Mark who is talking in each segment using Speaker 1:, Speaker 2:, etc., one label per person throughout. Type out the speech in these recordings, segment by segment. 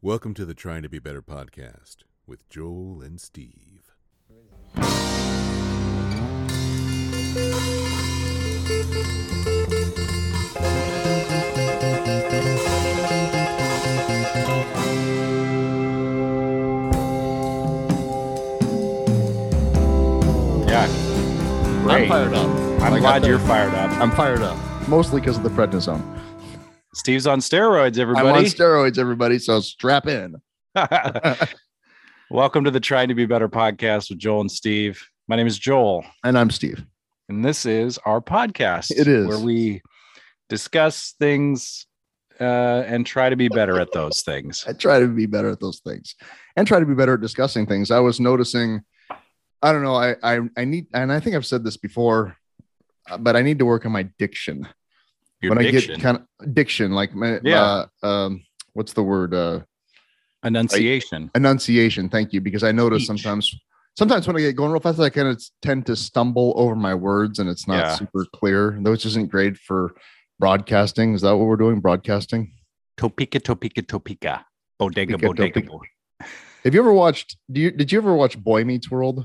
Speaker 1: Welcome to the Trying to Be Better podcast with Joel and Steve.
Speaker 2: Yeah.
Speaker 3: I'm
Speaker 2: Great. I'm,
Speaker 3: fired up. I got
Speaker 2: glad
Speaker 3: the-
Speaker 2: you're fired up.
Speaker 3: I'm fired up.
Speaker 4: mostly because of the prednisone.
Speaker 2: Steve's on steroids,
Speaker 4: I'm on
Speaker 2: everybody.
Speaker 4: steroids, everybody. So strap in.
Speaker 2: Welcome to the Trying to Be Better podcast with Joel and Steve. My name is Joel,
Speaker 4: And I'm Steve.
Speaker 2: and this is our podcast.
Speaker 4: It is.
Speaker 2: where we discuss things uh, and try to be better at those things.
Speaker 4: I try to be better at those things and try to be better at discussing things. I was noticing, I don't know, I I, I need, and I think I've said this before, uh, but I need to work on my diction.
Speaker 2: Your
Speaker 4: when I
Speaker 2: diction,
Speaker 4: get kind of diction, like my,
Speaker 2: Yeah.
Speaker 4: uh, um, what's the word? Uh,
Speaker 2: enunciation.
Speaker 4: enunciation. Thank you, because I notice
Speaker 2: Speech.
Speaker 4: sometimes. Sometimes when I get going real fast, I kind of tend to stumble over my words, and it's not
Speaker 2: Yeah.
Speaker 4: super clear. Which isn't great for broadcasting. Is that what we're doing? Broadcasting.
Speaker 2: Topeka, Topeka, Topeka. Bodega,
Speaker 4: Topeka,
Speaker 2: bodega.
Speaker 4: Topeka.
Speaker 2: bo-
Speaker 4: Have you ever watched? Do you did you ever watch Boy Meets World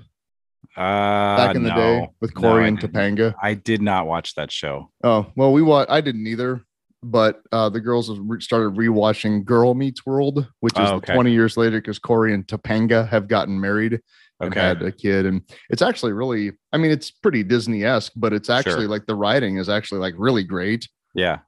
Speaker 2: Uh,
Speaker 4: back in the
Speaker 2: no.
Speaker 4: day with
Speaker 2: No,
Speaker 4: Corey
Speaker 2: I
Speaker 4: and
Speaker 2: didn't.
Speaker 4: Topanga?
Speaker 2: I did not watch that show.
Speaker 4: Oh well, we watched. I didn't either, but uh, the girls have re- started rewatching Girl Meets World, which is
Speaker 2: Oh,
Speaker 4: the
Speaker 2: okay.
Speaker 4: twenty years later because Corey and Topanga have gotten married and
Speaker 2: Okay.
Speaker 4: had a kid, and it's actually really. I mean, it's pretty Disney esque, but it's actually
Speaker 2: Sure.
Speaker 4: like the writing is actually like really great,
Speaker 2: yeah.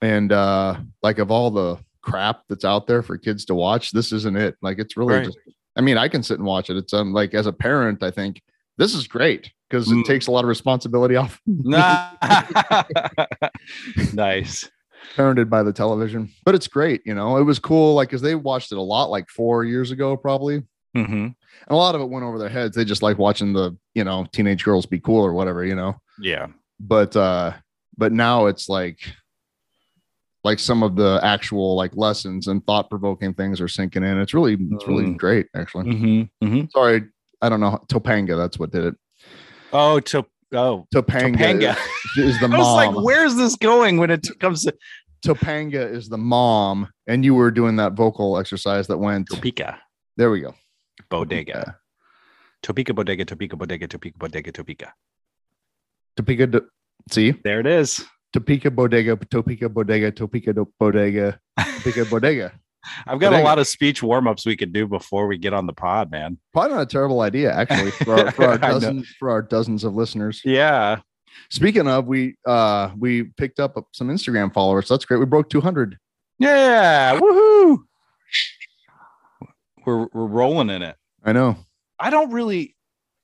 Speaker 4: and uh, like of all the crap that's out there for kids to watch, this isn't it. Like it's really
Speaker 2: Right.
Speaker 4: just I mean, I can sit and watch it. It's um, like as a parent, I think this is great because
Speaker 2: Mm.
Speaker 4: it takes a lot of responsibility off
Speaker 2: Nah. nice.
Speaker 4: parented by the television. But it's great, you know. It was cool, like because they watched it a lot, like four years ago, probably. And
Speaker 2: hmm
Speaker 4: a lot of it went over their heads. They just like watching the, you know, teenage girls be cool or whatever, you know.
Speaker 2: Yeah.
Speaker 4: But uh, but now it's like like some of the actual like lessons and thought provoking things are sinking in. It's really it's really
Speaker 2: Mm.
Speaker 4: great, actually.
Speaker 2: hmm hmm
Speaker 4: Sorry, I don't know how- Topanga. That's what did it.
Speaker 2: Oh, to oh,
Speaker 4: Topanga,
Speaker 2: Topanga.
Speaker 4: Is, is the
Speaker 2: I
Speaker 4: mom.
Speaker 2: was like, where's this going when it comes to
Speaker 4: Topanga is the mom, and you were doing that vocal exercise that went.
Speaker 2: Topeka,
Speaker 4: There we go.
Speaker 2: Bodega, Topeka, Bodega, Topeka, Bodega, Topeka, Bodega, Topeka?
Speaker 4: Topeka. Do- See
Speaker 2: There it is.
Speaker 4: Topeka bodega, Topeka bodega, Topeka do- bodega, Topeka bodega.
Speaker 2: I've got a
Speaker 4: Bodega.
Speaker 2: lot of speech warm ups we could do before we get on the pod, man.
Speaker 4: Probably not a terrible idea, actually, for our, for
Speaker 2: I
Speaker 4: our
Speaker 2: know.
Speaker 4: dozens for our dozens of listeners.
Speaker 2: Yeah.
Speaker 4: Speaking of, we uh we picked up some Instagram followers. That's great. We broke 200.
Speaker 2: Yeah. Woohoo. We're we're rolling in it.
Speaker 4: I know.
Speaker 2: I don't really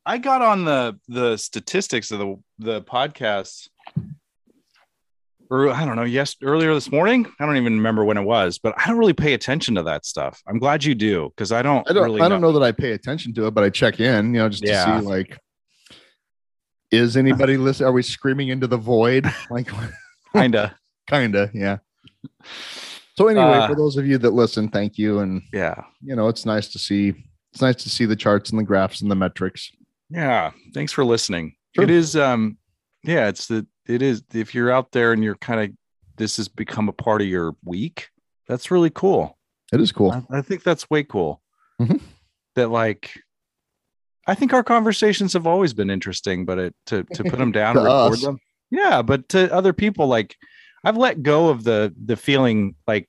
Speaker 2: I got on the the statistics of the the podcast or I don't know, yes earlier this morning. I don't even remember when it was, but I don't really pay attention to that stuff. I'm glad you do because I don't
Speaker 4: I don't
Speaker 2: really
Speaker 4: I don't know. that I pay attention to it, but I check in, you know, just
Speaker 2: Yeah.
Speaker 4: to see like is anybody listening? Are we screaming into the void? Like
Speaker 2: kinda.
Speaker 4: kinda, yeah. So anyway,
Speaker 2: Uh,
Speaker 4: for those of you that listen, thank you. And
Speaker 2: Yeah.
Speaker 4: you know, it's nice to see it's nice to see the charts and the graphs and the metrics.
Speaker 2: Yeah. Thanks for listening.
Speaker 4: Sure.
Speaker 2: It is um yeah, it's the it is if you're out there and you're kind of this has become a part of your week, that's really cool.
Speaker 4: It is cool.
Speaker 2: I, I think that's way cool.
Speaker 4: Mhm.
Speaker 2: That like, I think our conversations have always been interesting, but it to to put them down,
Speaker 4: To
Speaker 2: record
Speaker 4: us.
Speaker 2: them, yeah. But to other people, like I've let go of the the feeling like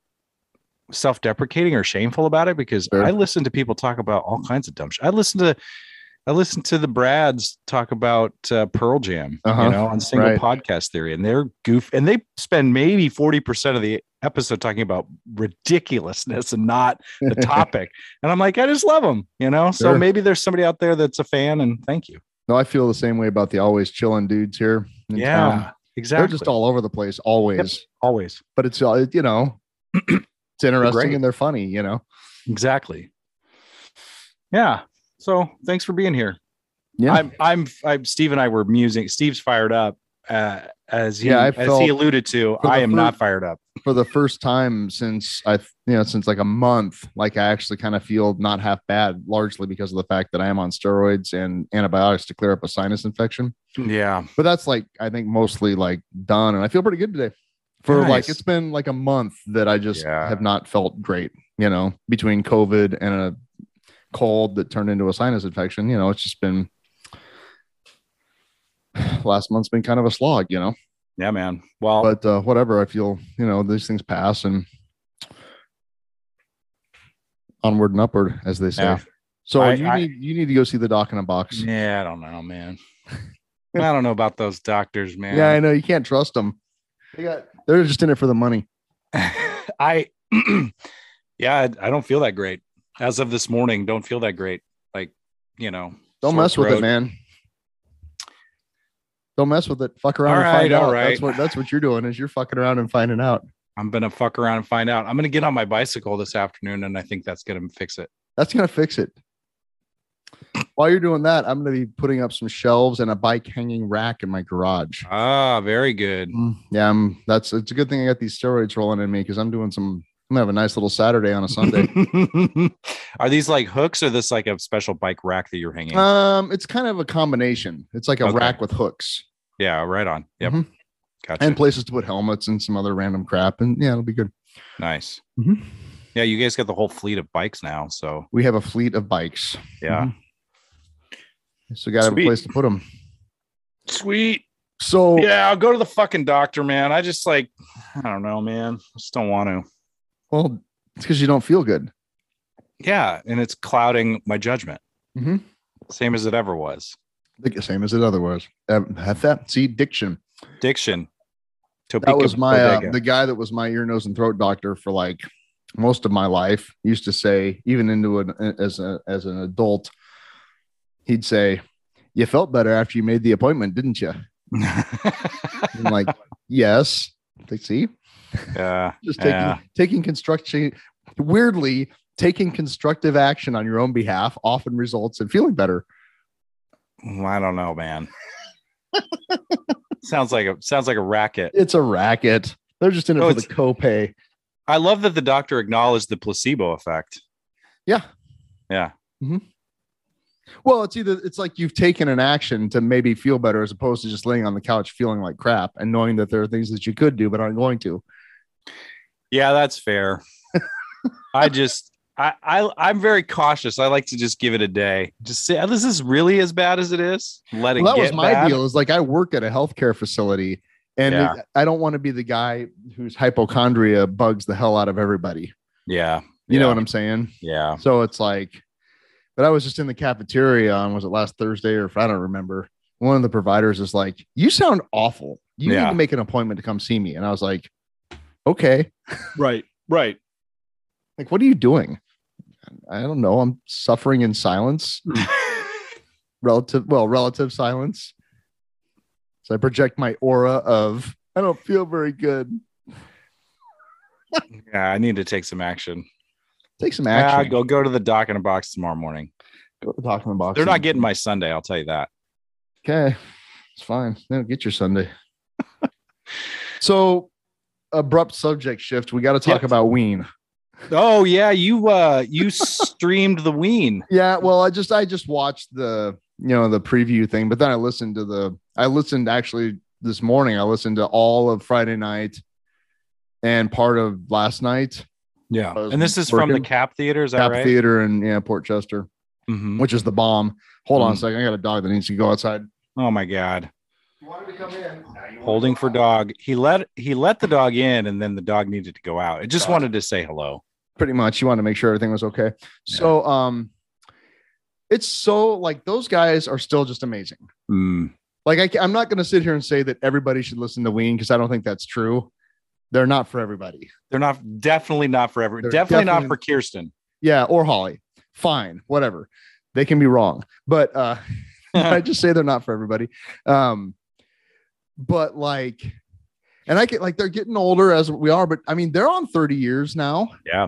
Speaker 2: self deprecating or shameful about it because
Speaker 4: Sure.
Speaker 2: I listen to people talk about all kinds of dumb shit. I listen to I listen to the Brads talk about uh, Pearl Jam, you
Speaker 4: Uh-huh.
Speaker 2: know, on single
Speaker 4: Right.
Speaker 2: podcast theory, and they're goof and they spend maybe forty percent of the episode talking about ridiculousness and not the topic. and I'm like, I just love them, you know. So
Speaker 4: Sure.
Speaker 2: maybe there's somebody out there that's a fan, and thank you.
Speaker 4: No, I feel the same way about the always chilling dudes here. in town.
Speaker 2: exactly.
Speaker 4: they're just all over the place always.
Speaker 2: um, always
Speaker 4: But it's all you know, it's
Speaker 2: great.
Speaker 4: interesting and they're funny. You know.
Speaker 2: exactly. Yeah. So thanks for being here.
Speaker 4: Yeah.
Speaker 2: I'm, I'm, I'm. Steve and I were musing. Steve's fired up, uh, as he,
Speaker 4: Yeah, I
Speaker 2: as
Speaker 4: felt-
Speaker 2: he alluded to.
Speaker 4: for the
Speaker 2: I am not
Speaker 4: first-
Speaker 2: fired up.
Speaker 4: For the first time since I, you know, since like a month, like I actually kind of feel not half bad, largely because of the fact that I am on steroids and antibiotics to clear up a sinus infection.
Speaker 2: Yeah.
Speaker 4: But that's like I think mostly like done, and I feel pretty good today. for like
Speaker 2: Nice.
Speaker 4: it's been like a month that I just
Speaker 2: Yeah.
Speaker 4: have not felt great, you know, between COVID and a cold that turned into a sinus infection, you know, it's just been last month's been kind of a slog, you know.
Speaker 2: Yeah, man. Well,
Speaker 4: But uh whatever, I feel, you know, these things pass and onward and upward as they say.
Speaker 2: Yeah.
Speaker 4: So
Speaker 2: I-
Speaker 4: you
Speaker 2: I-
Speaker 4: need you need to go see the doc in a box. Yeah,
Speaker 2: yeah, I don't know, man. I don't know about those doctors, man.
Speaker 4: I know you can't trust them. They got they're just in it for the money.
Speaker 2: I yeah, I, I don't feel that great. As of this morning, don't feel that great. Like, you know.
Speaker 4: Don't
Speaker 2: sore
Speaker 4: mess with it,
Speaker 2: throat.
Speaker 4: man. Don't mess with it. Fuck around and
Speaker 2: All
Speaker 4: find
Speaker 2: right, all
Speaker 4: out.
Speaker 2: right.
Speaker 4: That's what that's what you're doing is you're fucking around and finding out.
Speaker 2: I'm gonna fuck around and find out. I'm gonna get on my bicycle this afternoon and I think that's gonna fix it.
Speaker 4: That's gonna fix it. While you're doing that, I'm gonna be putting up some shelves and a bike hanging rack in my garage.
Speaker 2: Ah, very good.
Speaker 4: Mm, Yeah, I'm, that's it's a good thing I got these steroids rolling in me because I'm doing some. I'm gonna have a nice little Saturday on a Sunday.
Speaker 2: Are these like hooks or this like a special bike rack that you're hanging?
Speaker 4: um, it's kind of a combination. It's like a
Speaker 2: Okay.
Speaker 4: rack with hooks
Speaker 2: yeah, right on. Yep.
Speaker 4: Mhm.
Speaker 2: Gotcha.
Speaker 4: and places to put helmets and some other random crap. And yeah, it'll be good.
Speaker 2: nice.
Speaker 4: Mhm.
Speaker 2: Yeah, you guys got the whole fleet of bikes now. So
Speaker 4: We have a fleet of bikes.
Speaker 2: yeah.
Speaker 4: Mm-hmm. So we gotta have a
Speaker 2: Sweet.
Speaker 4: place to put them.
Speaker 2: Sweet.
Speaker 4: So
Speaker 2: Yeah, I'll go to the fucking doctor, man. I just like, I don't know, man. I just don't want to.
Speaker 4: Well, it's because you don't feel good.
Speaker 2: Yeah, and it's clouding my judgment.
Speaker 4: Mhm.
Speaker 2: Same as it ever was.
Speaker 4: Like the same as it otherwise. Um, have that. See, diction.
Speaker 2: Diction.
Speaker 4: That was my uh,
Speaker 2: Bodega.
Speaker 4: the guy that was my ear, nose, and throat doctor for like most of my life. Used to say, even into an as a as an adult, he'd say, "You felt better after you made the appointment, didn't you?" I'm like, "Yes." Like, see,
Speaker 2: yeah,
Speaker 4: just taking
Speaker 2: yeah,
Speaker 4: taking construction weirdly taking constructive action on your own behalf often results in feeling better.
Speaker 2: I don't know, man. sounds like a sounds like a racket.
Speaker 4: It's a racket. They're just in it
Speaker 2: Oh,
Speaker 4: for the copay.
Speaker 2: I love that the doctor acknowledged the placebo effect.
Speaker 4: Yeah. Mm-hmm.
Speaker 2: Yeah.
Speaker 4: Well, it's either it's like you've taken an action to maybe feel better as opposed to just laying on the couch feeling like crap and knowing that there are things that you could do but aren't going to.
Speaker 2: Yeah, that's fair. I just I, I I'm very cautious. I like to just give it a day. Just say this is really as bad as it is. Let it
Speaker 4: Well, that
Speaker 2: get
Speaker 4: was my
Speaker 2: bad.
Speaker 4: deal. Is like I work at a healthcare facility and
Speaker 2: Yeah.
Speaker 4: it- I don't want to be the guy whose hypochondria bugs the hell out of everybody.
Speaker 2: Yeah.
Speaker 4: You
Speaker 2: yeah,
Speaker 4: know what I'm saying?
Speaker 2: Yeah.
Speaker 4: So it's like, but I was just in the cafeteria on was it last Thursday or I don't remember. One of the providers is like, "You sound awful. You need
Speaker 2: Yeah.
Speaker 4: to make an appointment to come see me." And I was like, "Okay."
Speaker 2: Right. Right.
Speaker 4: Like, what are you doing? I don't know. I'm suffering in silence,
Speaker 2: Hmm.
Speaker 4: relative, well, relative silence. So I project my aura of, I don't feel very good.
Speaker 2: yeah, I need to take some action.
Speaker 4: Take some
Speaker 2: Ah,
Speaker 4: action.
Speaker 2: go go to the dock in a box tomorrow morning.
Speaker 4: go to the document box.
Speaker 2: They're not getting my Sunday, I'll tell you that.
Speaker 4: Okay. It's fine. They don't get your Sunday. so, abrupt subject shift. We got to talk
Speaker 2: Yep.
Speaker 4: about Ween.
Speaker 2: Oh yeah, you uh you streamed the ween.
Speaker 4: Yeah. Well, I just, I just watched the, you know, the preview thing, but then I listened to the, I listened actually this morning. I listened to all of Friday night and part of last night,
Speaker 2: Yeah.
Speaker 4: I was
Speaker 2: And this is from the
Speaker 4: working.
Speaker 2: Cap Theater, is that
Speaker 4: Cap
Speaker 2: right?
Speaker 4: Theater and, yeah, Port Chester,
Speaker 2: Mhm.
Speaker 4: which is the bomb. Hold
Speaker 2: Mm.
Speaker 4: on a second. I got a dog that needs to go outside.
Speaker 2: Oh my god.
Speaker 4: You wanted to come in.
Speaker 2: holding for dog he let he let the dog in and then the dog needed to go out it just wanted to say hello
Speaker 4: pretty much you want to make sure everything was okay so um it's so like those guys are still just amazing
Speaker 2: Mm,
Speaker 4: like I, ca- i'm not going to sit here and say that everybody should listen to ween because i don't think that's true they're not for everybody
Speaker 2: they're not definitely not for every
Speaker 4: They're
Speaker 2: definitely, not for
Speaker 4: definitely-
Speaker 2: kirsten
Speaker 4: yeah or holly fine whatever they can be wrong but uh i just say they're not for everybody um but like and i get like they're getting older as we are but i mean they're on 30 years now
Speaker 2: yeah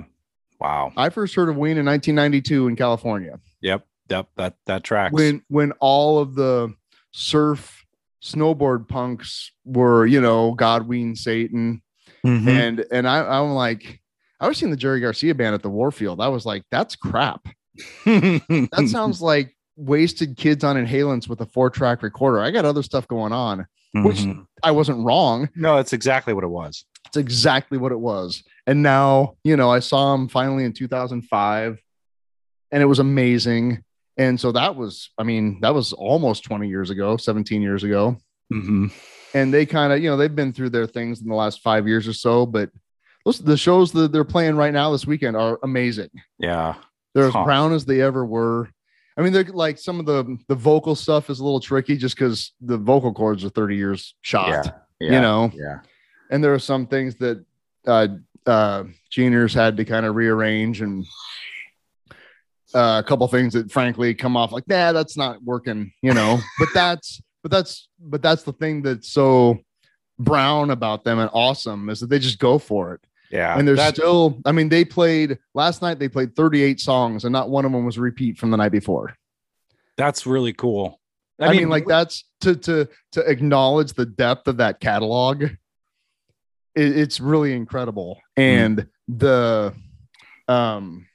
Speaker 2: wow
Speaker 4: i first heard of ween in 1992 in california
Speaker 2: yep yep that that tracks
Speaker 4: when when all of the surf snowboard punks were you know godwin satan
Speaker 2: Mhm.
Speaker 4: and and I, i'm like i was seeing the jerry garcia band at the warfield i was like that's crap that sounds like wasted kids on inhalants with a four track recorder i got other stuff going on
Speaker 2: Mhm.
Speaker 4: which- i wasn't wrong
Speaker 2: no that's exactly what it was
Speaker 4: That's exactly what it was. And now, you know, I saw him finally in 2005 and it was amazing. And so that was, I mean, that was almost 20 years ago, 17 years ago.
Speaker 2: Mhm.
Speaker 4: And they kind of, you know, they've been through their things in the last five years or so, but those, the shows that they're playing right now this weekend are amazing.
Speaker 2: Yeah.
Speaker 4: They're as
Speaker 2: Huh.
Speaker 4: brown as they ever were. I mean, they're like some of the the vocal stuff is a little tricky just because the vocal cords are 30 years shot,
Speaker 2: Yeah. Yeah.
Speaker 4: you know.
Speaker 2: Yeah.
Speaker 4: And there are some things that uh uh Junior's had to kind of rearrange and uh, a couple things that frankly come off like, nah, that's not working, you know. but that's but that's but that's the thing that's so brown about them and awesome is that they just go for it
Speaker 2: Yeah.
Speaker 4: and there's
Speaker 2: That-
Speaker 4: still i mean they played last night they played 38 songs and not one of them was repeat from the night before
Speaker 2: that's really cool.
Speaker 4: i, mean, like that's to to to acknowledge the depth of that catalog i- it's really incredible and the um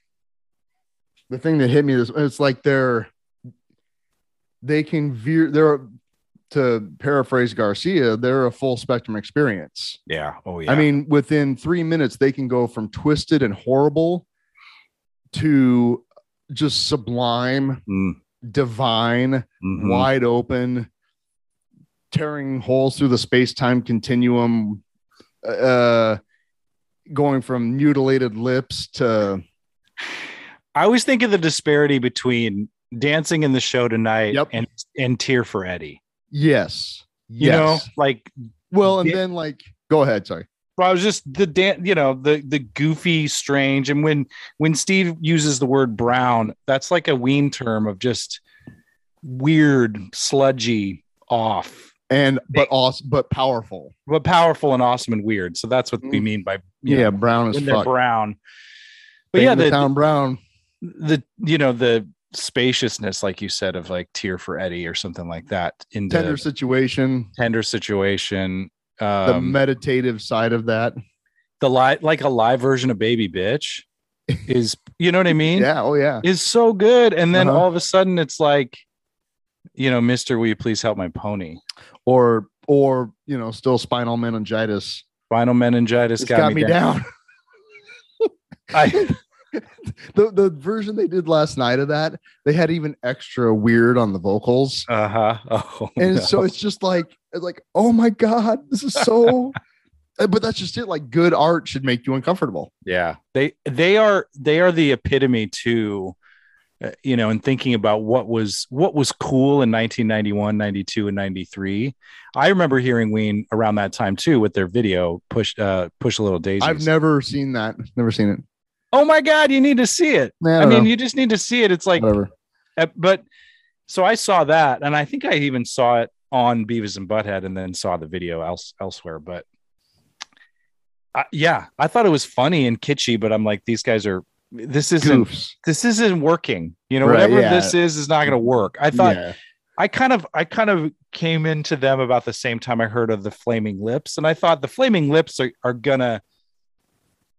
Speaker 4: the thing that hit me is it's like they're they can veer they're to paraphrase garcia they're a full spectrum experience
Speaker 2: yeah. Oh yeah.
Speaker 4: I mean, within three minutes, they can go from twisted and horrible to just sublime,
Speaker 2: Mm,
Speaker 4: divine,
Speaker 2: mhm.
Speaker 4: wide open, tearing holes through the space time continuum, uh, going from mutilated lips to
Speaker 2: I always think of the disparity between dancing in the show tonight
Speaker 4: Yep.
Speaker 2: and and tear for Eddie.
Speaker 4: yes, yes.
Speaker 2: You know, like
Speaker 4: well, and
Speaker 2: Yeah.
Speaker 4: then like, go ahead. Sorry.
Speaker 2: Well, I was just the dan- you know, the the goofy, strange, and when when Steve uses the word brown, that's like a wean term of just weird, sludgy, off,
Speaker 4: And but also but powerful.
Speaker 2: but powerful and awesome and weird. So that's what we
Speaker 4: Mm.
Speaker 2: mean by you
Speaker 4: Yeah,
Speaker 2: know,
Speaker 4: brown as
Speaker 2: when they're
Speaker 4: fuck.
Speaker 2: brown. But yeah,
Speaker 4: Bang the
Speaker 2: the,
Speaker 4: town brown.
Speaker 2: the you know the spaciousness, like you said, of like tear for Eddie or something like that in
Speaker 4: Tender
Speaker 2: the
Speaker 4: situation.
Speaker 2: tender situation.
Speaker 4: The
Speaker 2: Um,
Speaker 4: meditative side of that.
Speaker 2: the live like a live version of Baby Bitch is you know what I mean?
Speaker 4: Yeah. Oh yeah.
Speaker 2: is so good. And then
Speaker 4: Uh-huh.
Speaker 2: all of a sudden it's like, you know, Mister, will you please help my pony?
Speaker 4: or or you know still spinal meningitis
Speaker 2: Spinal meningitis
Speaker 4: it's
Speaker 2: got, me, down. I,
Speaker 4: the the version they did last night of that they had even extra weird on the vocals
Speaker 2: uh-huh. Oh,
Speaker 4: and
Speaker 2: no.
Speaker 4: so it's just like it's like oh my god this is so Uh, but that's just it like good art should make you uncomfortable
Speaker 2: yeah, they they are they are the epitome to, uh, you know, and thinking about what was what was cool in 1991, 92, and 93. I remember hearing Ween around that time too with their video push uh push a little daisy.
Speaker 4: i've never seen that never seen it
Speaker 2: Oh my god, you need to see it.
Speaker 4: Nah,
Speaker 2: I,
Speaker 4: don't
Speaker 2: mean,
Speaker 4: know.
Speaker 2: you just need to see it. It's like
Speaker 4: whatever
Speaker 2: Uh, but so I saw that, and I think I even saw it on Beavis and Butthead, and then saw the video else elsewhere. But I, yeah, I thought it was funny and kitschy, but I'm like, these guys are this isn't
Speaker 4: goofs
Speaker 2: this isn't working. You know,
Speaker 4: Right,
Speaker 2: whatever
Speaker 4: yeah.
Speaker 2: this is is not going to work. I thought
Speaker 4: yeah.
Speaker 2: I kind of I kind of came into them about the same time I heard of the Flaming Lips, and I thought the Flaming Lips are, are gonna.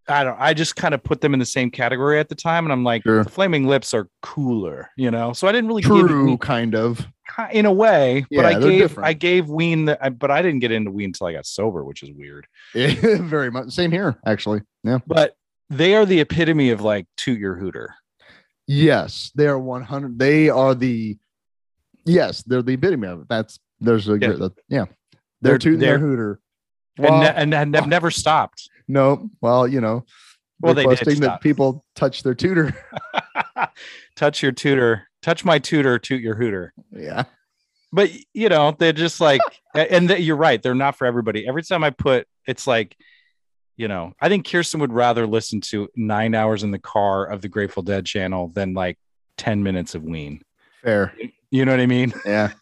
Speaker 2: I don't. I just kind of put them in the same category at the time, and I'm like,
Speaker 4: Sure.
Speaker 2: the Flaming Lips are cooler, you know. So I didn't really give
Speaker 4: true
Speaker 2: Ween-
Speaker 4: kind of
Speaker 2: ki- in a way, but
Speaker 4: Yeah,
Speaker 2: I
Speaker 4: they're
Speaker 2: gave
Speaker 4: different.
Speaker 2: I gave Ween the, I, but I didn't get into Ween until I got sober, which is weird.
Speaker 4: very much same here actually yeah
Speaker 2: But they are the epitome of like toot your hooter.
Speaker 4: Yes, they are 100. They are the, yes, they're the epitome of it. That's, there's a,
Speaker 2: Yeah.
Speaker 4: yeah, yeah.
Speaker 2: They're-
Speaker 4: they're tooting
Speaker 2: they're-
Speaker 4: their hooter.
Speaker 2: and
Speaker 4: Well,
Speaker 2: ne- and, and have never stopped.
Speaker 4: no, well, you know,
Speaker 2: Well, they did
Speaker 4: requesting that
Speaker 2: stop.
Speaker 4: people touch their tutor.
Speaker 2: touch your tutor, touch my tutor, toot your hooter.
Speaker 4: yeah.
Speaker 2: but you know they're just like and that you're right they're not for everybody every time i put it's like you know i think kirsten would rather listen to nine hours in the car of the grateful dead channel than like 10 minutes of ween
Speaker 4: Fair.
Speaker 2: you know what i mean
Speaker 4: Yeah.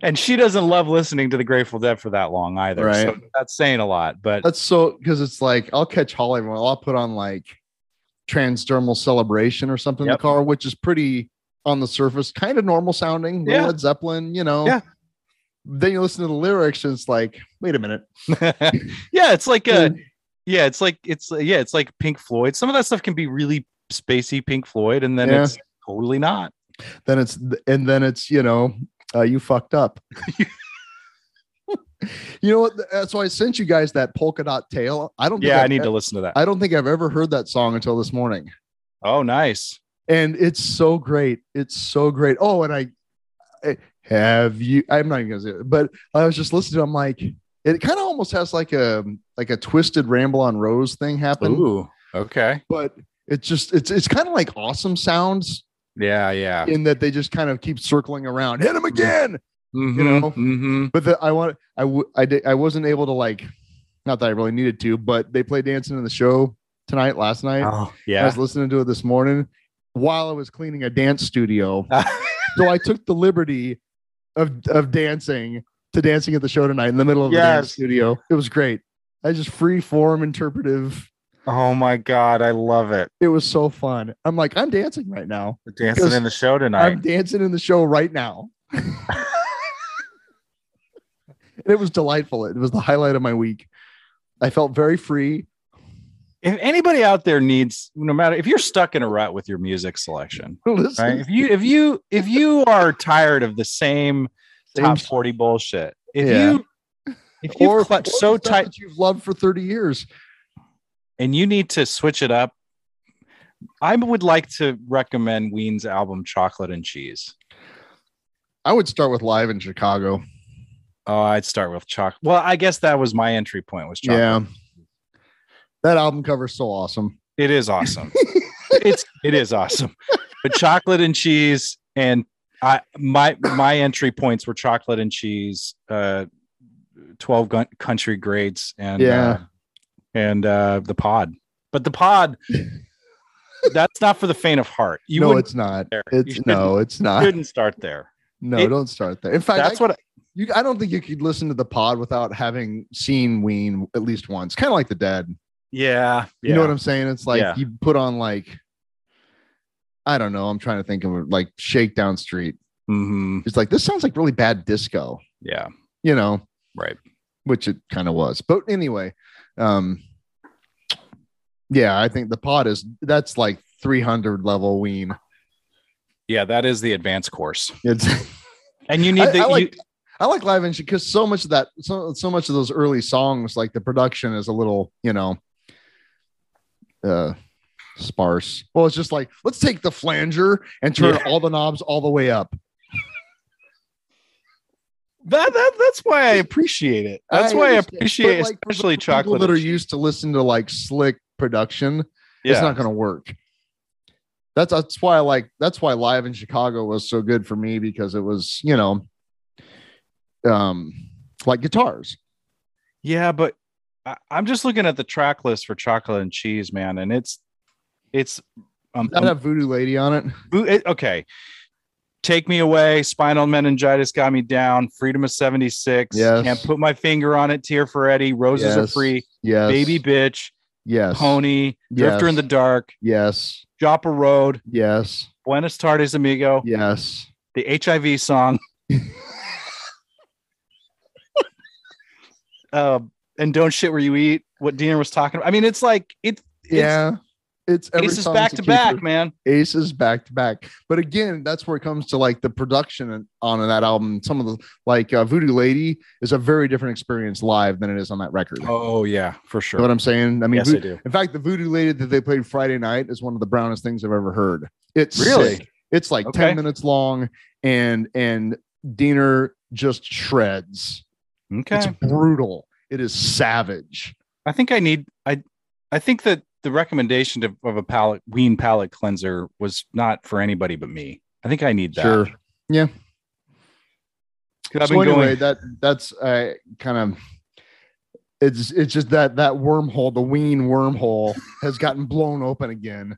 Speaker 2: and she doesn't love listening to the grateful dead for that long either so
Speaker 4: Right.
Speaker 2: that's saying a lot but
Speaker 4: That's so, because it's like, I'll catch Holly and I'll put on like transdermal celebration or something in
Speaker 2: Yep.
Speaker 4: the car, which is pretty on the surface, kind of normal sounding. little
Speaker 2: Yeah.
Speaker 4: Led Zeppelin, you know.
Speaker 2: Yeah.
Speaker 4: Then you listen to the lyrics and it's like, wait a minute.
Speaker 2: yeah it's like a yeah it's like it's yeah it's like pink floyd some of that stuff can be really spacey pink floyd and then
Speaker 4: Yeah.
Speaker 2: it's totally not
Speaker 4: then it's and then it's you know uh, you fucked up You know what? That's why I sent you guys that polka dot tail. I don't. think
Speaker 2: Yeah, I
Speaker 4: I've-
Speaker 2: need to listen to that.
Speaker 4: I don't think I've ever heard that song until this morning.
Speaker 2: Oh, nice.
Speaker 4: and it's so great. It's so great. Oh, and I, I- have you. I'm not even gonna say it, but I was just listening. I'm like, it kind of almost has like a like a twisted ramble on rose thing happen,
Speaker 2: Ooh. Okay.
Speaker 4: but it's just it's it's kind of like awesome sounds
Speaker 2: Yeah. Yeah.
Speaker 4: in that they just kind of keep circling around. Hit him again.
Speaker 2: Mm-hmm,
Speaker 4: know?
Speaker 2: Mm-hmm.
Speaker 4: But the, I want I w- I did I wasn't able to like, not that I really needed to, but they played dancing in the show tonight last night.
Speaker 2: Oh,
Speaker 4: I
Speaker 2: yeah.
Speaker 4: was listening to it this morning while I was cleaning a dance studio. so I took the liberty of of dancing to dancing at the show tonight in the middle of the dance
Speaker 2: Yes.
Speaker 4: studio. It was great. I just free form interpretive.
Speaker 2: oh my God, I love it.
Speaker 4: It was so fun. I'm like, I'm dancing right now.
Speaker 2: We're Dancing
Speaker 4: Because
Speaker 2: in the show tonight.
Speaker 4: I'm dancing in the show right now. And it was delightful. It was the highlight of my week. I felt very free.
Speaker 2: if anybody out there needs, no matter if you're stuck in a rut with your music selection,
Speaker 4: Listen,
Speaker 2: right? If you if you if you are tired of the same
Speaker 4: Same
Speaker 2: top
Speaker 4: shit.
Speaker 2: forty bullshit, if
Speaker 4: Yeah.
Speaker 2: you if you
Speaker 4: or-
Speaker 2: are clutch
Speaker 4: or
Speaker 2: so
Speaker 4: the stuff
Speaker 2: tight
Speaker 4: that you've loved for 30 years.
Speaker 2: and you need to switch it up, I would like to recommend Ween's album Chocolate and Cheese.
Speaker 4: I would start with live in Chicago.
Speaker 2: Oh, I'd start with chocolate. Well, I guess that was my entry point was chocolate.
Speaker 4: Yeah. That album cover is so awesome.
Speaker 2: It is awesome. it's it is awesome. But chocolate and cheese and I my my entry points were chocolate and cheese, uh 12 gun, country grades and
Speaker 4: Yeah.
Speaker 2: uh, and uh the pod. But the pod that's not for the faint of heart. You
Speaker 4: no,
Speaker 2: wouldn't-
Speaker 4: it's not.
Speaker 2: there. You
Speaker 4: It's
Speaker 2: shouldn't-
Speaker 4: no, it's not.
Speaker 2: shouldn't start there.
Speaker 4: No,
Speaker 2: It-
Speaker 4: don't start there. In fact,
Speaker 2: That's
Speaker 4: I,
Speaker 2: what
Speaker 4: you, I don't think you could listen to the pod without having seen Ween at least once. Kind of like the Dead.
Speaker 2: yeah,
Speaker 4: You know what I'm saying? It's like
Speaker 2: Yeah.
Speaker 4: you put on like I don't know. I'm trying to think of like Shakedown Street.
Speaker 2: Mhm.
Speaker 4: It's like this sounds like really bad disco.
Speaker 2: Yeah,
Speaker 4: You know,
Speaker 2: right.
Speaker 4: which it kind of was. But anyway, um, yeah, I think the pod is that's like 300 level Ween.
Speaker 2: Yeah, that is the advanced course.
Speaker 4: It's
Speaker 2: And you need
Speaker 4: I-
Speaker 2: the
Speaker 4: I
Speaker 2: you-
Speaker 4: like- I like live in because so much of that, so so much of those early songs, like the production is a little, you know, uh, sparse. Well, it's just like let's take the flanger and turn
Speaker 2: Yeah.
Speaker 4: all the knobs all the way up.
Speaker 2: That, that that's why I appreciate it. That's
Speaker 4: I
Speaker 2: why I
Speaker 4: understand,
Speaker 2: appreciate,
Speaker 4: but, like, for
Speaker 2: especially
Speaker 4: People
Speaker 2: chocolate.
Speaker 4: that are
Speaker 2: and cheese.
Speaker 4: used to listen to like slick production, it's
Speaker 2: Yeah.
Speaker 4: not going to work. That's that's why I like that's why live in Chicago was so good for me because it was you know, um, like guitars.
Speaker 2: yeah, but I, I'm just looking at the track list for chocolate and cheese, man, and it's it's um,
Speaker 4: Did that have Voodoo Lady on it?
Speaker 2: um, it- okay. Take me away, spinal meningitis got me down. Freedom of '76.
Speaker 4: Yes.
Speaker 2: Can't put my finger on it. Tear for Eddie. Roses are
Speaker 4: Yes.
Speaker 2: free.
Speaker 4: Yes,
Speaker 2: Baby bitch.
Speaker 4: Yes.
Speaker 2: Pony. Drifter in
Speaker 4: Yes.
Speaker 2: the dark.
Speaker 4: Yes.
Speaker 2: Joppa Road.
Speaker 4: Yes.
Speaker 2: Buenos tardes, amigo.
Speaker 4: Yes.
Speaker 2: the HIV song. uh, and don't shit where you eat. What Diener was talking about. I mean, it's like it. It's,
Speaker 4: yeah. It's every
Speaker 2: Ace is
Speaker 4: song's
Speaker 2: back
Speaker 4: a
Speaker 2: to back,
Speaker 4: keeper.
Speaker 2: man.
Speaker 4: Ace is back to back. But again, that's where it comes to like the production and- on that album. Some of the like uh, Voodoo Lady is a very different experience live than it is on that record. You
Speaker 2: Oh yeah, for
Speaker 4: know
Speaker 2: sure.
Speaker 4: what I'm saying? I mean,
Speaker 2: yes,
Speaker 4: Voodoo-
Speaker 2: I do.
Speaker 4: in fact, the Voodoo Lady that they played Friday night is one of the brownest things I've ever heard. It's
Speaker 2: Really?
Speaker 4: sick. It's like
Speaker 2: Okay.
Speaker 4: 10 minutes long and and Diener just shreds.
Speaker 2: Okay.
Speaker 4: It's brutal. It is savage.
Speaker 2: I think I need. I I think that the recommendation to, of a palate ween palate cleanser was not for anybody but me. I think I need that.
Speaker 4: Sure. Yeah.
Speaker 2: 'Cause I've
Speaker 4: so
Speaker 2: been
Speaker 4: anyway,
Speaker 2: going.
Speaker 4: that that's uh, kind of it's it's just that that wormhole, the Ween wormhole, has gotten blown open again,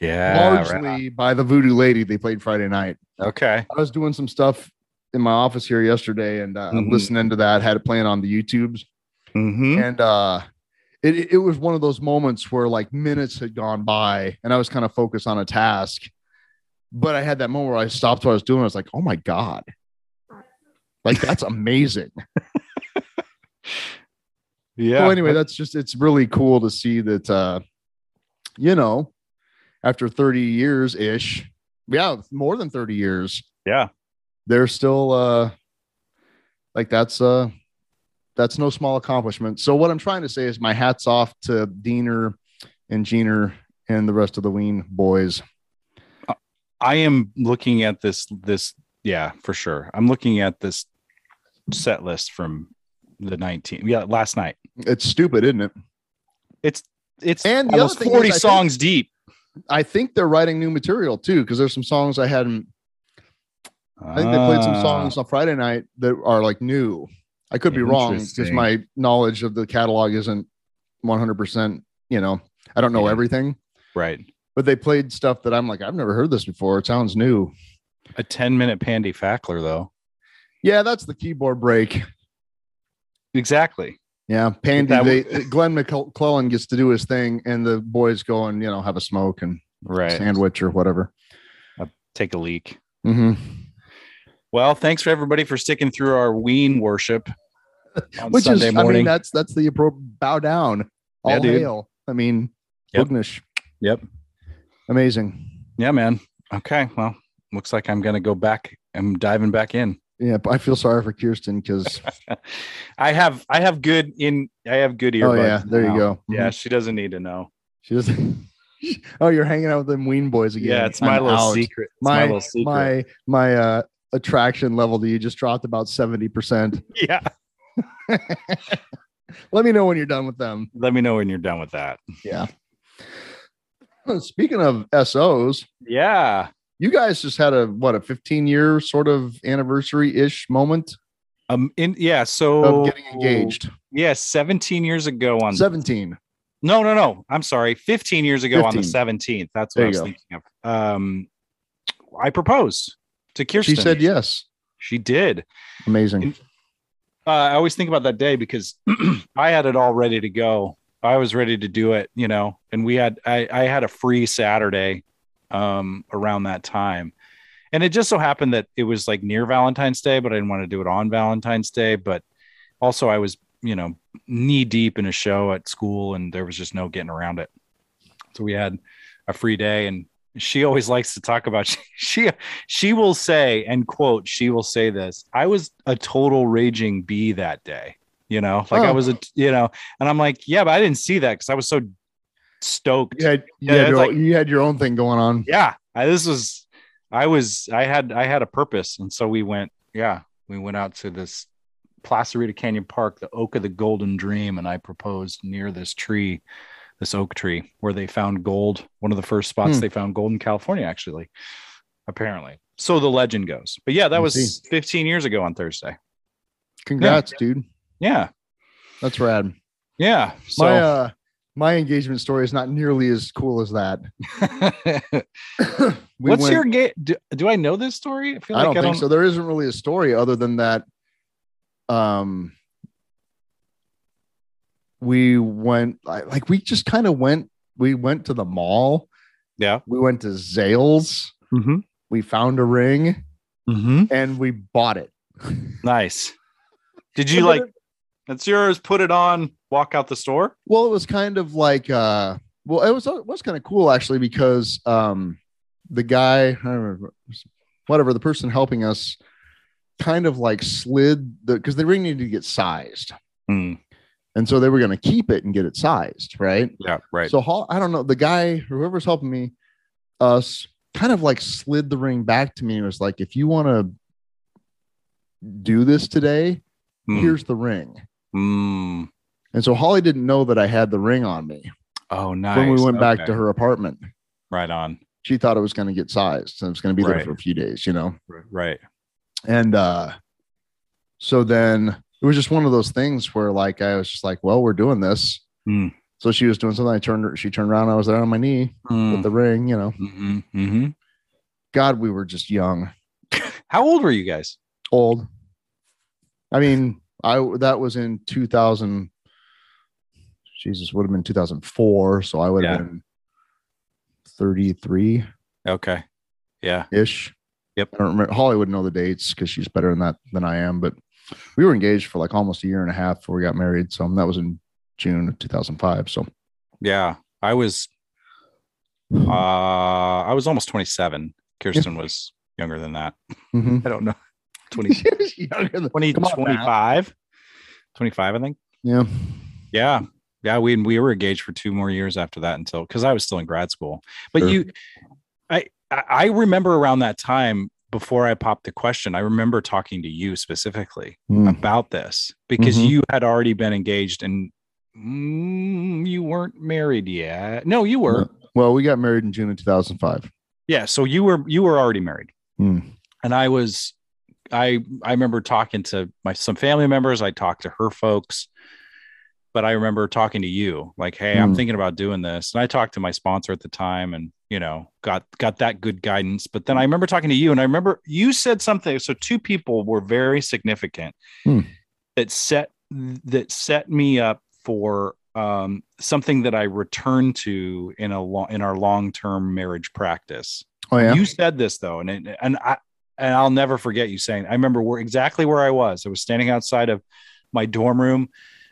Speaker 2: Yeah.
Speaker 4: largely
Speaker 2: Ah, right.
Speaker 4: by the Voodoo Lady they played Friday night.
Speaker 2: Okay.
Speaker 4: I was doing some stuff in my office here yesterday, and uh,
Speaker 2: Mhm.
Speaker 4: listening to that, had it playing on the YouTubes,
Speaker 2: Mm-hmm.
Speaker 4: and uh, it it was one of those moments where like minutes had gone by, and I was kind of focused on a task, but I had that moment where I stopped what I was doing. I was like, oh my god, like that's amazing.
Speaker 2: Yeah.
Speaker 4: So anyway, that's just it's really cool to see that uh you know, after 30 years ish, yeah, more than 30 years,
Speaker 2: yeah.
Speaker 4: they're still uh like that's uh that's no small accomplishment. So what I'm trying to say is my hats off to Diener and Jeaner and the rest of the Ween boys.
Speaker 2: I am looking at this this yeah, for sure. I'm looking at this set list from the 19th. Yeah, last night.
Speaker 4: It's stupid, isn't it?
Speaker 2: It's it's
Speaker 4: And the
Speaker 2: almost
Speaker 4: other thing
Speaker 2: 40
Speaker 4: is, I think-
Speaker 2: songs deep.
Speaker 4: I think they're writing new material too because there's some songs I hadn't. I think they played some
Speaker 2: Ah,
Speaker 4: songs on Friday night that are like new. I could be wrong because
Speaker 2: Interesting.
Speaker 4: my knowledge of the catalog isn't 100. percent You know, I don't know
Speaker 2: Yeah.
Speaker 4: everything,
Speaker 2: Ah, right.
Speaker 4: but they played stuff that I'm like, I've never heard this before. It sounds new.
Speaker 2: A 10 minute Pandy Fackler though.
Speaker 4: Yeah, that's the keyboard break.
Speaker 2: Exactly.
Speaker 4: Yeah, Pandy.
Speaker 2: that
Speaker 4: They, uh,
Speaker 2: w-
Speaker 4: Glenn McClellan gets to do his thing, and the boys go and you know have a smoke and
Speaker 2: Right.
Speaker 4: sandwich or whatever.
Speaker 2: Take a leak.
Speaker 4: hmm
Speaker 2: Well, thanks for everybody for sticking through our ween worship on
Speaker 4: Which
Speaker 2: Sunday
Speaker 4: is, I mean,
Speaker 2: morning.
Speaker 4: that's that's the appropriate bow down. All
Speaker 2: Yeah, dude.
Speaker 4: hail. I mean,
Speaker 2: Yep.
Speaker 4: Bugnish.
Speaker 2: Yep.
Speaker 4: Amazing.
Speaker 2: yeah, man. Okay. Well, looks like I'm going to go back. I'm diving back in.
Speaker 4: Yeah, but I feel sorry for Kirsten because
Speaker 2: I have I have good in I have good earbuds.
Speaker 4: oh yeah, there
Speaker 2: now.
Speaker 4: you go. Mm-hmm.
Speaker 2: Yeah, she doesn't need to know.
Speaker 4: she just. oh, you're hanging out with them Ween boys again.
Speaker 2: Yeah, it's my
Speaker 4: I'm
Speaker 2: little
Speaker 4: out.
Speaker 2: secret. It's
Speaker 4: My-
Speaker 2: my, little secret.
Speaker 4: My my uh, attraction level to you just dropped about seventy percent.
Speaker 2: yeah.
Speaker 4: Let me know when you're done with them.
Speaker 2: Let me know when you're done with that.
Speaker 4: Yeah. Speaking of SOs,
Speaker 2: Yeah.
Speaker 4: you guys just had a what a 15 year sort of anniversary ish moment
Speaker 2: Um. In yeah. So
Speaker 4: of getting engaged.
Speaker 2: Yeah, 17 years ago on
Speaker 4: 17.
Speaker 2: no no no. I'm sorry, 15 years ago on the 17th. That's what I
Speaker 4: There you
Speaker 2: was
Speaker 4: go.
Speaker 2: thinking of. Um, I proposed to Kirsten.
Speaker 4: She said yes.
Speaker 2: She did.
Speaker 4: Amazing.
Speaker 2: In- uh, I always think about that day because I had it all ready to go. I was ready to do it, you know, and we had I, I had a free Saturday um, around that time. And it just so happened that it was like near Valentine's Day, but I didn't want to do it on Valentine's Day. But also I was, you know, knee deep in a show at school and there was just no getting around it. So we had a free day and she always likes to talk about she, she she will say and quote she will say this i was a total raging bee that day you know like i
Speaker 4: Oh.
Speaker 2: was a you know and i'm like yeah but i didn't see that because i was so stoked
Speaker 4: You had, you,
Speaker 2: Yeah,
Speaker 4: had
Speaker 2: it's
Speaker 4: your,
Speaker 2: like-
Speaker 4: you had your own thing going on.
Speaker 2: yeah I, this was i was i had i had a purpose and so we went yeah we went out to this placerita canyon park the oak of the golden dream and i proposed near this tree this oak tree where they found gold one of the first spots
Speaker 4: Hmm.
Speaker 2: they found gold in california actually apparently so the legend goes but yeah
Speaker 4: I
Speaker 2: that was
Speaker 4: see.
Speaker 2: 15 years ago on thursday
Speaker 4: Congrats, dude.
Speaker 2: yeah
Speaker 4: That's rad.
Speaker 2: yeah so
Speaker 4: my uh, my engagement story is not nearly as cool as that. uh, We
Speaker 2: what's
Speaker 4: went-
Speaker 2: your gate do, do i know this story i feel
Speaker 4: I don't think so. There isn't really a story other than that. Um, we went I, like we just kind of went. We went to the mall.
Speaker 2: Yeah.
Speaker 4: We went to Zales.
Speaker 2: mm-hmm.
Speaker 4: We found a ring
Speaker 2: Mm-hmm.
Speaker 4: and we bought it.
Speaker 2: nice did you like That's yours. Put it on. Walk out the store.
Speaker 4: Well, it was kind of like uh well, it was it was kind of cool actually because um the guy, I don't remember, whatever, the person helping us kind of like slid the because the ring needed to get sized. Mm. And so they were going to keep it and get it sized, right?
Speaker 2: Yeah. Right.
Speaker 4: So Hall, I don't know, the guy, whoever's helping me, us kind of like slid the ring back to me and was like, if you want to do this today,
Speaker 2: Mm.
Speaker 4: here's the ring.
Speaker 2: Mm.
Speaker 4: And so Holly didn't know that I had the ring on me
Speaker 2: Oh, nice.
Speaker 4: when we went back
Speaker 2: Okay.
Speaker 4: to her apartment.
Speaker 2: Right on.
Speaker 4: She thought it was going to get sized and it was going to be there
Speaker 2: Right.
Speaker 4: for a few days, you know?
Speaker 2: Right.
Speaker 4: And uh, so then it was just one of those things where like I was just like, well, we're doing this.
Speaker 2: Hmm.
Speaker 4: So she was doing something. I turned her, she turned around. I was there on my knee with
Speaker 2: Mm.
Speaker 4: the ring, you know.
Speaker 2: Mhm, mhm.
Speaker 4: God, we were just young,
Speaker 2: How old were you guys?
Speaker 4: old. I mean, I that was in 2000. Jesus would have been 2004. So I would have
Speaker 2: Yeah.
Speaker 4: been 33
Speaker 2: Okay. Yeah.
Speaker 4: ish.
Speaker 2: Yep.
Speaker 4: I don't remember. Holly would know the dates because she's better than that than I am. But we were engaged for like almost a year and a half before we got married. So that was in June of 2005. So
Speaker 2: Yeah. I was. Uh, I was almost 27. Kirsten was younger than that.
Speaker 4: mhm.
Speaker 2: I don't know. 20,
Speaker 4: She was younger than-
Speaker 2: 20
Speaker 4: Come on, Matt.
Speaker 2: 25. 25, I think.
Speaker 4: Yeah.
Speaker 2: Yeah. Yeah. We, we were engaged for two more years after that until, cause I was still in grad school, but
Speaker 4: Sure.
Speaker 2: you, I, I I remember around that time before I popped the question, I remember talking to you specifically
Speaker 4: Mm.
Speaker 2: about this because
Speaker 4: Mhm.
Speaker 2: you had already been engaged and mm, you weren't married yet. No, you were.
Speaker 4: Well, we got married in June of 2005.
Speaker 2: Yeah, so you were you were already married.
Speaker 4: Hmm.
Speaker 2: And I was I I remember talking to my some family members, I talked to her folks, but I remember talking to you like, "Hey, I'm
Speaker 4: Hmm.
Speaker 2: thinking about doing this." And I talked to my sponsor at the time and, you know, got got that good guidance, but then I remember talking to you and I remember you said something so two people were very significant
Speaker 4: Hmm.
Speaker 2: that set that set me up for um, something that I return to in a long in our long term marriage practice.
Speaker 4: Oh, yeah.
Speaker 2: You said this though, and it, and I and I'll never forget you saying. I remember where exactly where I was. I was standing outside of my dorm room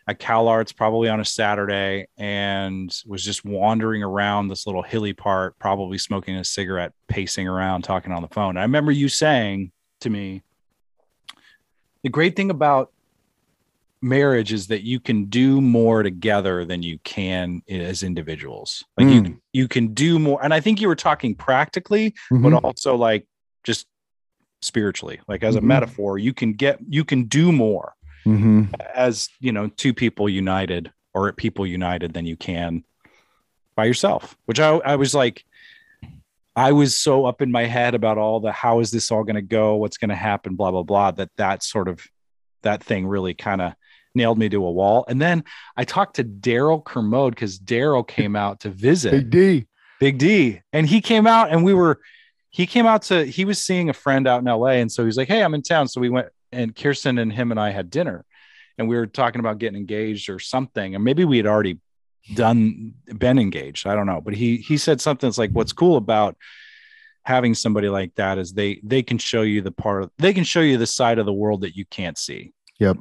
Speaker 2: at Cal Arts, probably on a Saturday, and was just wandering around this little hilly part, probably smoking a cigarette, pacing around, talking on the phone. I remember you saying to me, "The great thing about marriage is that you can do more together than you can as individuals. Like you
Speaker 4: Mm.
Speaker 2: you can do more and i think you were talking practically
Speaker 4: Mhm.
Speaker 2: but also like just spiritually like as a
Speaker 4: Mhm.
Speaker 2: metaphor you can get you can do more
Speaker 4: Mhm.
Speaker 2: as you know two people united or people united than you can by yourself which i, I was like i was so up in my head about all the how is this all going to go what's going to happen blah blah blah that that sort of that thing really kind of nailed me to a wall and then i talked to daryl kermode because daryl came out to visit
Speaker 4: Big D.
Speaker 2: Big D. And he came out and we were, he came out to, he was seeing a friend out in LA. And so he's like, Hey, I'm in town. So we went and Kirsten and him and I had dinner and we were talking about getting engaged or something. And maybe we had already done, been engaged. I don't know. But he, he said something that's like, what's cool about having somebody like that is they, they can show you the part of, they can show you the side of the world that you can't see.
Speaker 4: Yep.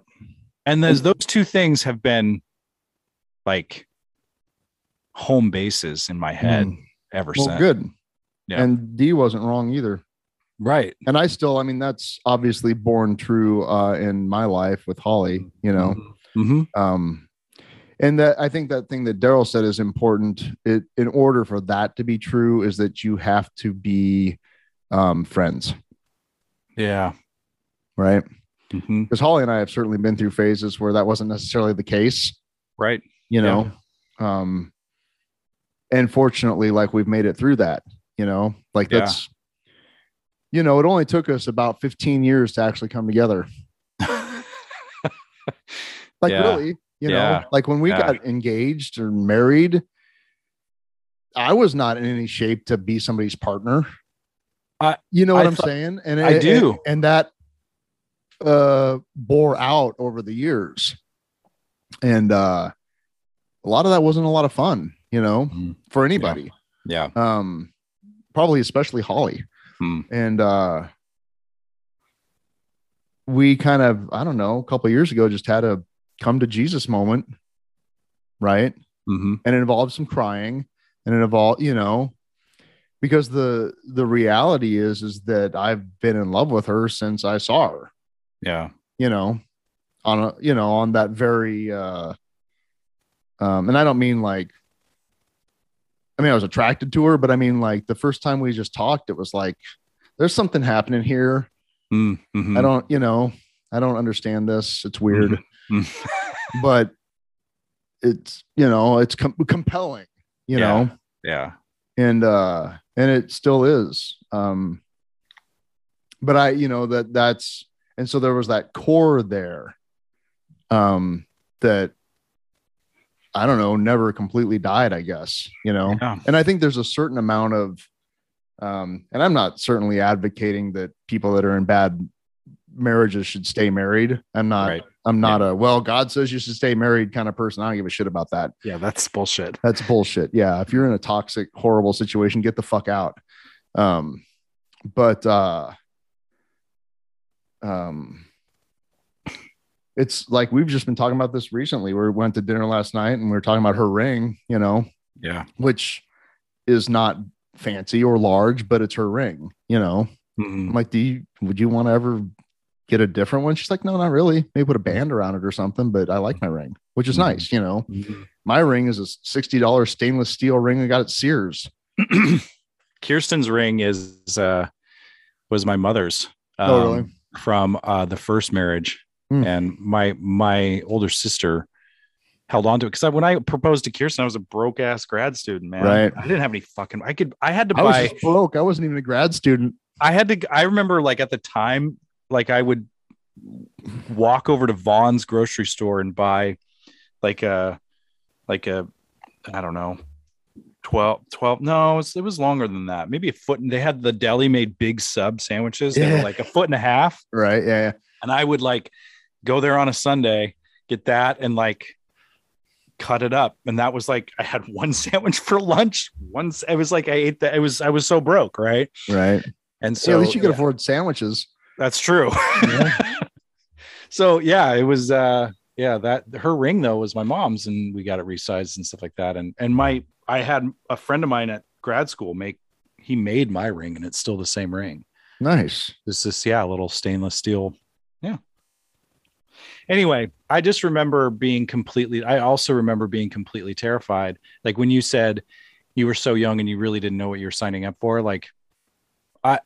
Speaker 2: And those, those two things have been like home bases in my head
Speaker 4: Mm.
Speaker 2: ever
Speaker 4: Well,
Speaker 2: since.
Speaker 4: good.
Speaker 2: Yeah.
Speaker 4: And D wasn't wrong either.
Speaker 2: Right.
Speaker 4: And I still, I mean, that's obviously born true uh, in my life with Holly, you know.
Speaker 2: Mm-hmm.
Speaker 4: um and that i think that thing that daryl said is important it in order for that to be true is that you have to be um friends
Speaker 2: Yeah.
Speaker 4: right
Speaker 2: hmm
Speaker 4: because holly and i have certainly been through phases where that wasn't necessarily the case
Speaker 2: Right.
Speaker 4: you know um and fortunately like we've made it through that you know like
Speaker 2: Yeah.
Speaker 4: that's you know it only took us about 15 years to actually come together like
Speaker 2: Yeah.
Speaker 4: really you
Speaker 2: Yeah.
Speaker 4: know like when we
Speaker 2: Yeah.
Speaker 4: got engaged or married i was not in any shape to be somebody's partner
Speaker 2: I-
Speaker 4: you know
Speaker 2: I
Speaker 4: what i'm
Speaker 2: thought-
Speaker 4: saying and
Speaker 2: I
Speaker 4: it- it-
Speaker 2: do.
Speaker 4: and that uh bore out over the years and uh a lot of that wasn't a lot of fun you know
Speaker 2: Mm.
Speaker 4: for anybody
Speaker 2: yeah.
Speaker 4: um probably especially holly
Speaker 2: Hmm.
Speaker 4: and uh we kind of i don't know a couple of years ago just had a come to jesus moment right
Speaker 2: hmm
Speaker 4: and it involved some crying and it involved you know because the the reality is is that i've been in love with her since i saw her
Speaker 2: Yeah.
Speaker 4: you know on a you know on that very uh um and i don't mean like i mean i was attracted to her but i mean like the first time we just talked it was like there's something happening here
Speaker 2: Mm-hmm.
Speaker 4: i don't you know i don't understand this it's weird
Speaker 2: Mhm.
Speaker 4: but it's you know it's com- compelling you
Speaker 2: Yeah.
Speaker 4: know
Speaker 2: Yeah.
Speaker 4: and uh and it still is um but i you know that that's and so there was that core there um that i don't know never completely died i guess you know
Speaker 2: Yeah.
Speaker 4: and i think there's a certain amount of um and i'm not certainly advocating that people that are in bad marriages should stay married i'm not
Speaker 2: Right.
Speaker 4: i'm not a well god says you should stay married kind of person i don't give a shit about that
Speaker 2: Yeah. That's bullshit.
Speaker 4: that's bullshit. Yeah. If you're in a toxic, horrible situation, get the fuck out. Um, but uh um it's like we've just been talking about this recently. We went to dinner last night and we were talking about her ring, you know,
Speaker 2: Yeah.
Speaker 4: which is not fancy or large, but it's her ring, you know.
Speaker 2: Mhm.
Speaker 4: I'm like, do you would you want to ever get a different one. She's like, no, not really. Maybe put a band around it or something, but I like my ring, which is
Speaker 2: Mhm.
Speaker 4: nice. You know, my ring is a $60 stainless steel ring I got at Sears.
Speaker 2: Kirsten's ring is uh was my mother's
Speaker 4: Oh, really?
Speaker 2: um, from uh the first marriage
Speaker 4: Hmm.
Speaker 2: and my my older sister held on to it because I, when I proposed to Kirsten I was a broke ass grad student man
Speaker 4: Right.
Speaker 2: I didn't have any fucking I could I had to
Speaker 4: I
Speaker 2: buy
Speaker 4: was just broke. I wasn't even a grad student.
Speaker 2: I had to. I remember, like at the time, like I would walk over to Vaughn's grocery store and buy, like a, like a, I don't know, 12, 12 No, it was, it was longer than that. Maybe a foot. And they had the deli made big sub sandwiches. They
Speaker 4: Yeah.
Speaker 2: were like a foot and a half,
Speaker 4: Right. Yeah. yeah.
Speaker 2: and I would like go there on a Sunday, get that, and like cut it up. And that was like I had one sandwich for lunch. Once it was like I ate that. It was I was so broke, right?
Speaker 4: Right.
Speaker 2: And so
Speaker 4: So at least you could
Speaker 2: yeah.
Speaker 4: afford sandwiches.
Speaker 2: That's true. so yeah, it was uh yeah, that her ring though was my mom's and we got it resized and stuff like that. And and my I had a friend of mine at grad school make he made my ring and it's still the same ring.
Speaker 4: Nice.
Speaker 2: It's this yeah, little stainless steel. Yeah. Anyway, I just remember being completely I also remember being completely terrified. Like when you said you were so young and you really didn't know what you were signing up for, like I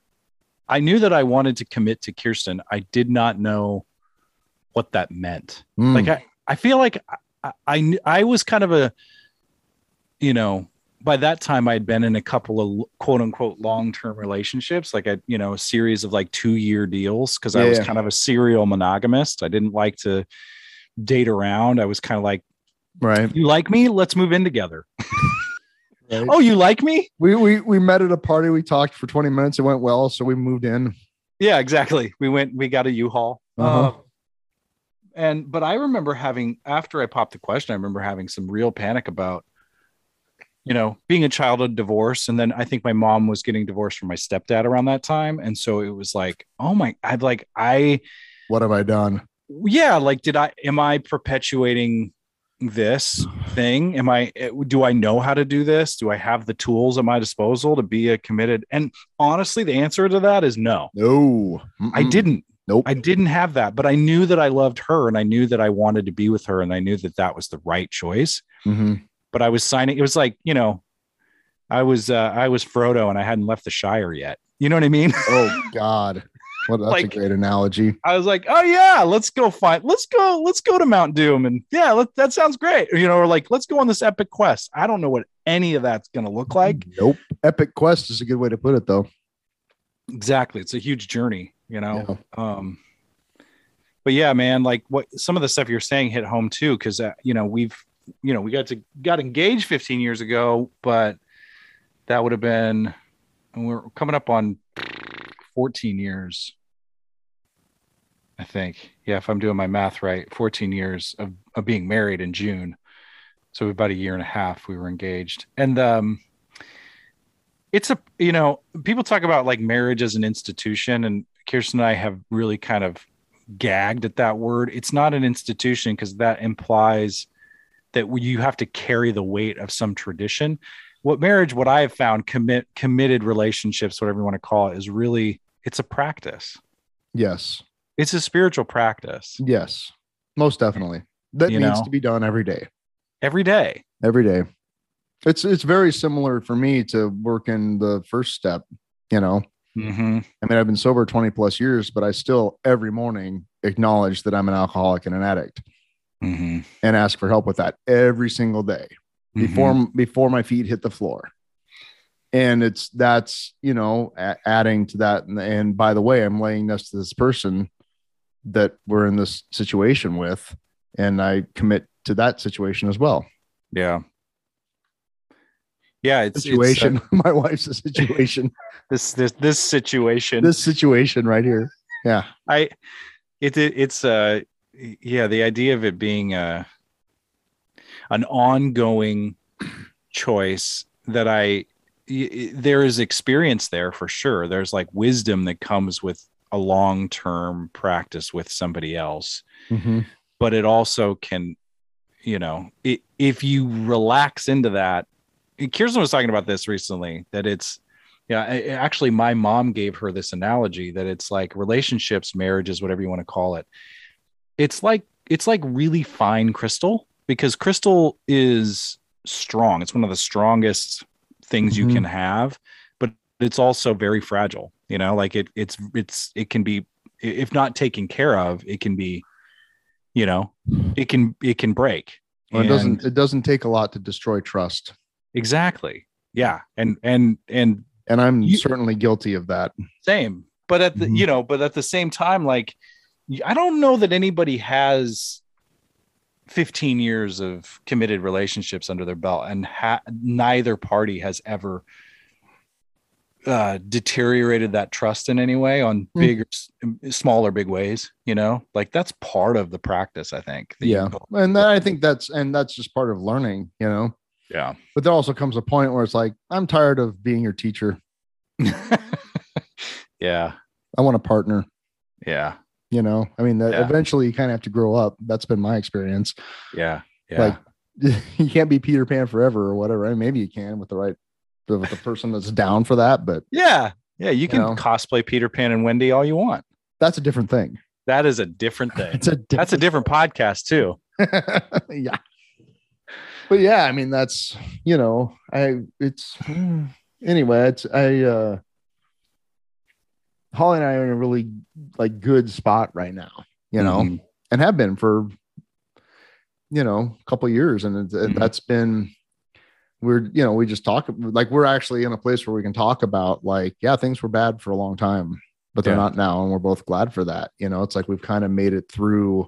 Speaker 2: I knew that I wanted to commit to Kirsten. I did not know what that meant
Speaker 4: Mm.
Speaker 2: like I, I feel like I- I, I kn- I was kind of a you know by that time I'd been in a couple of l- quote unquote long term relationships like I you know a series of like two year deals because I was
Speaker 4: Yeah.
Speaker 2: kind of a serial monogamist I didn't like to date around I was kind of like
Speaker 4: right.
Speaker 2: you like me let's move in together
Speaker 4: right.
Speaker 2: oh you like me
Speaker 4: We, we we met at a party. We talked for 20 minutes. It went well, so we moved in.
Speaker 2: Yeah, exactly. We went, we got a U-Haul.
Speaker 4: Uh-huh.
Speaker 2: Um, and but I remember having after I popped the question, I remember having some real panic about, you know, being a child of divorce. And then I think my mom was getting divorced from my stepdad around that time. And so it was like, oh my, I'd like I
Speaker 4: What have I done?
Speaker 2: yeah, like did I am I perpetuating this thing? Am I eh, do I know how to do this? Do I have the tools at my disposal to be a committed? And honestly, the answer to that is no.
Speaker 4: No,
Speaker 2: I
Speaker 4: Mm-mm.
Speaker 2: didn't.
Speaker 4: Nope.
Speaker 2: I didn't have that, but I knew that I loved her and I knew that I wanted to be with her and I knew that that was the right choice.
Speaker 4: Mhm.
Speaker 2: But I was signing, it was like, you know, I was, uh, I was Frodo and I hadn't left the Shire yet. You know what I mean?
Speaker 4: Oh God, what that's a
Speaker 2: Like-
Speaker 4: great analogy.
Speaker 2: I was like, oh yeah, let's go find, let's go, let's go to Mount Doom. And yeah, let, that sounds great. You know, or like, let's go on this epic quest. I don't know what any of that's going to look like.
Speaker 4: nope. Epic quest is a good way to put it, though.
Speaker 2: Exactly. It's a huge journey, you know? um but yeah man like what some of the stuff you're saying hit home too because uh, you know we've you know we got to got engaged 15 years ago but that would have been and we're coming up on 14 years i think yeah if i'm doing my math right 14 years of, of being married in june so about a year and a half we were engaged and um it's a you know people talk about like marriage as an institution and kirsten and i have really kind of gagged at that word it's not an institution because that implies that you have to carry the weight of some tradition what marriage what i have found commit committed relationships whatever you want to call it is really it's a practice
Speaker 4: Yes,
Speaker 2: it's a spiritual practice
Speaker 4: yes, most definitely. That
Speaker 2: You
Speaker 4: needs
Speaker 2: know?
Speaker 4: to be done every day.
Speaker 2: every day
Speaker 4: Every day. It's it's very similar for me to working the first step. You know,
Speaker 2: mm-hmm.
Speaker 4: I mean, I've been sober 20 plus years, but I still every morning acknowledge that I'm an alcoholic and an addict
Speaker 2: Mm-hmm.
Speaker 4: and ask for help with that every single day. before before my feet hit the floor and it's that's you know a- adding to that and, and by the way i'm laying this to this person that we're in this situation with and i commit to that situation as well
Speaker 2: yeah yeah it's it's, uh,
Speaker 4: situation my wife's a situation
Speaker 2: this this this situation
Speaker 4: this situation right here yeah
Speaker 2: I it, it it's uh y- yeah the idea of it being uh an ongoing choice that I y- y- there is experience there for sure there's like wisdom that comes with a long-term practice with somebody else
Speaker 4: Mhm.
Speaker 2: but it also can you know i if you relax into that Kirsten was talking about this recently that it's Yeah, I- I- actually, my mom gave her this analogy that it's like relationships, marriages, whatever you want to call it. It's like it's like really fine crystal because crystal is strong. It's one of the strongest things
Speaker 4: Mhm.
Speaker 2: you can have, but it's also very fragile. You know, like it it's it's it can be i- if not taken care of, it can be, you know, it can it can break.
Speaker 4: Well, it
Speaker 2: And-
Speaker 4: doesn't it doesn't take a lot to destroy trust.
Speaker 2: exactly. Yeah, and and and
Speaker 4: And I'm
Speaker 2: You-
Speaker 4: certainly guilty of that.
Speaker 2: same but at the
Speaker 4: Mhm.
Speaker 2: you know but at the same time like y- i don't know that anybody has 15 years of committed relationships under their belt and ha- neither party has ever uh deteriorated that trust in any way on
Speaker 4: Hmm.
Speaker 2: big or s- small or big ways you know like that's part of the practice i think that you
Speaker 4: Yeah.
Speaker 2: go-
Speaker 4: And then I think that's and that's just part of learning, you know.
Speaker 2: yeah
Speaker 4: But there also comes a point where it's like, I'm tired of being your teacher.
Speaker 2: yeah
Speaker 4: I want a partner,
Speaker 2: yeah
Speaker 4: you know. I mean, that
Speaker 2: Yeah.
Speaker 4: eventually you kind of have to grow up. That's been my experience.
Speaker 2: yeah yeah
Speaker 4: Like, you can't be Peter Pan forever or whatever. I mean, maybe you can with the right with the person that's down for that, but
Speaker 2: yeah yeah you can
Speaker 4: know.
Speaker 2: cosplay peter pan and wendy all you want
Speaker 4: that's a different thing.
Speaker 2: That is a different thing.
Speaker 4: It's a different
Speaker 2: That's a different podcast too.
Speaker 4: yeah. But yeah, I mean that's you know, I it's anyway, it's I uh Holly and I are in a really like good spot right now, you know,
Speaker 2: Mhm.
Speaker 4: and have been for you know, a couple years and it's-
Speaker 2: Mhm.
Speaker 4: that's been we're you know, we just talk like we're actually in a place where we can talk about like yeah, things were bad for a long time, but they're
Speaker 2: Yeah.
Speaker 4: not now and we're both glad for that. You know, it's like we've kind of made it through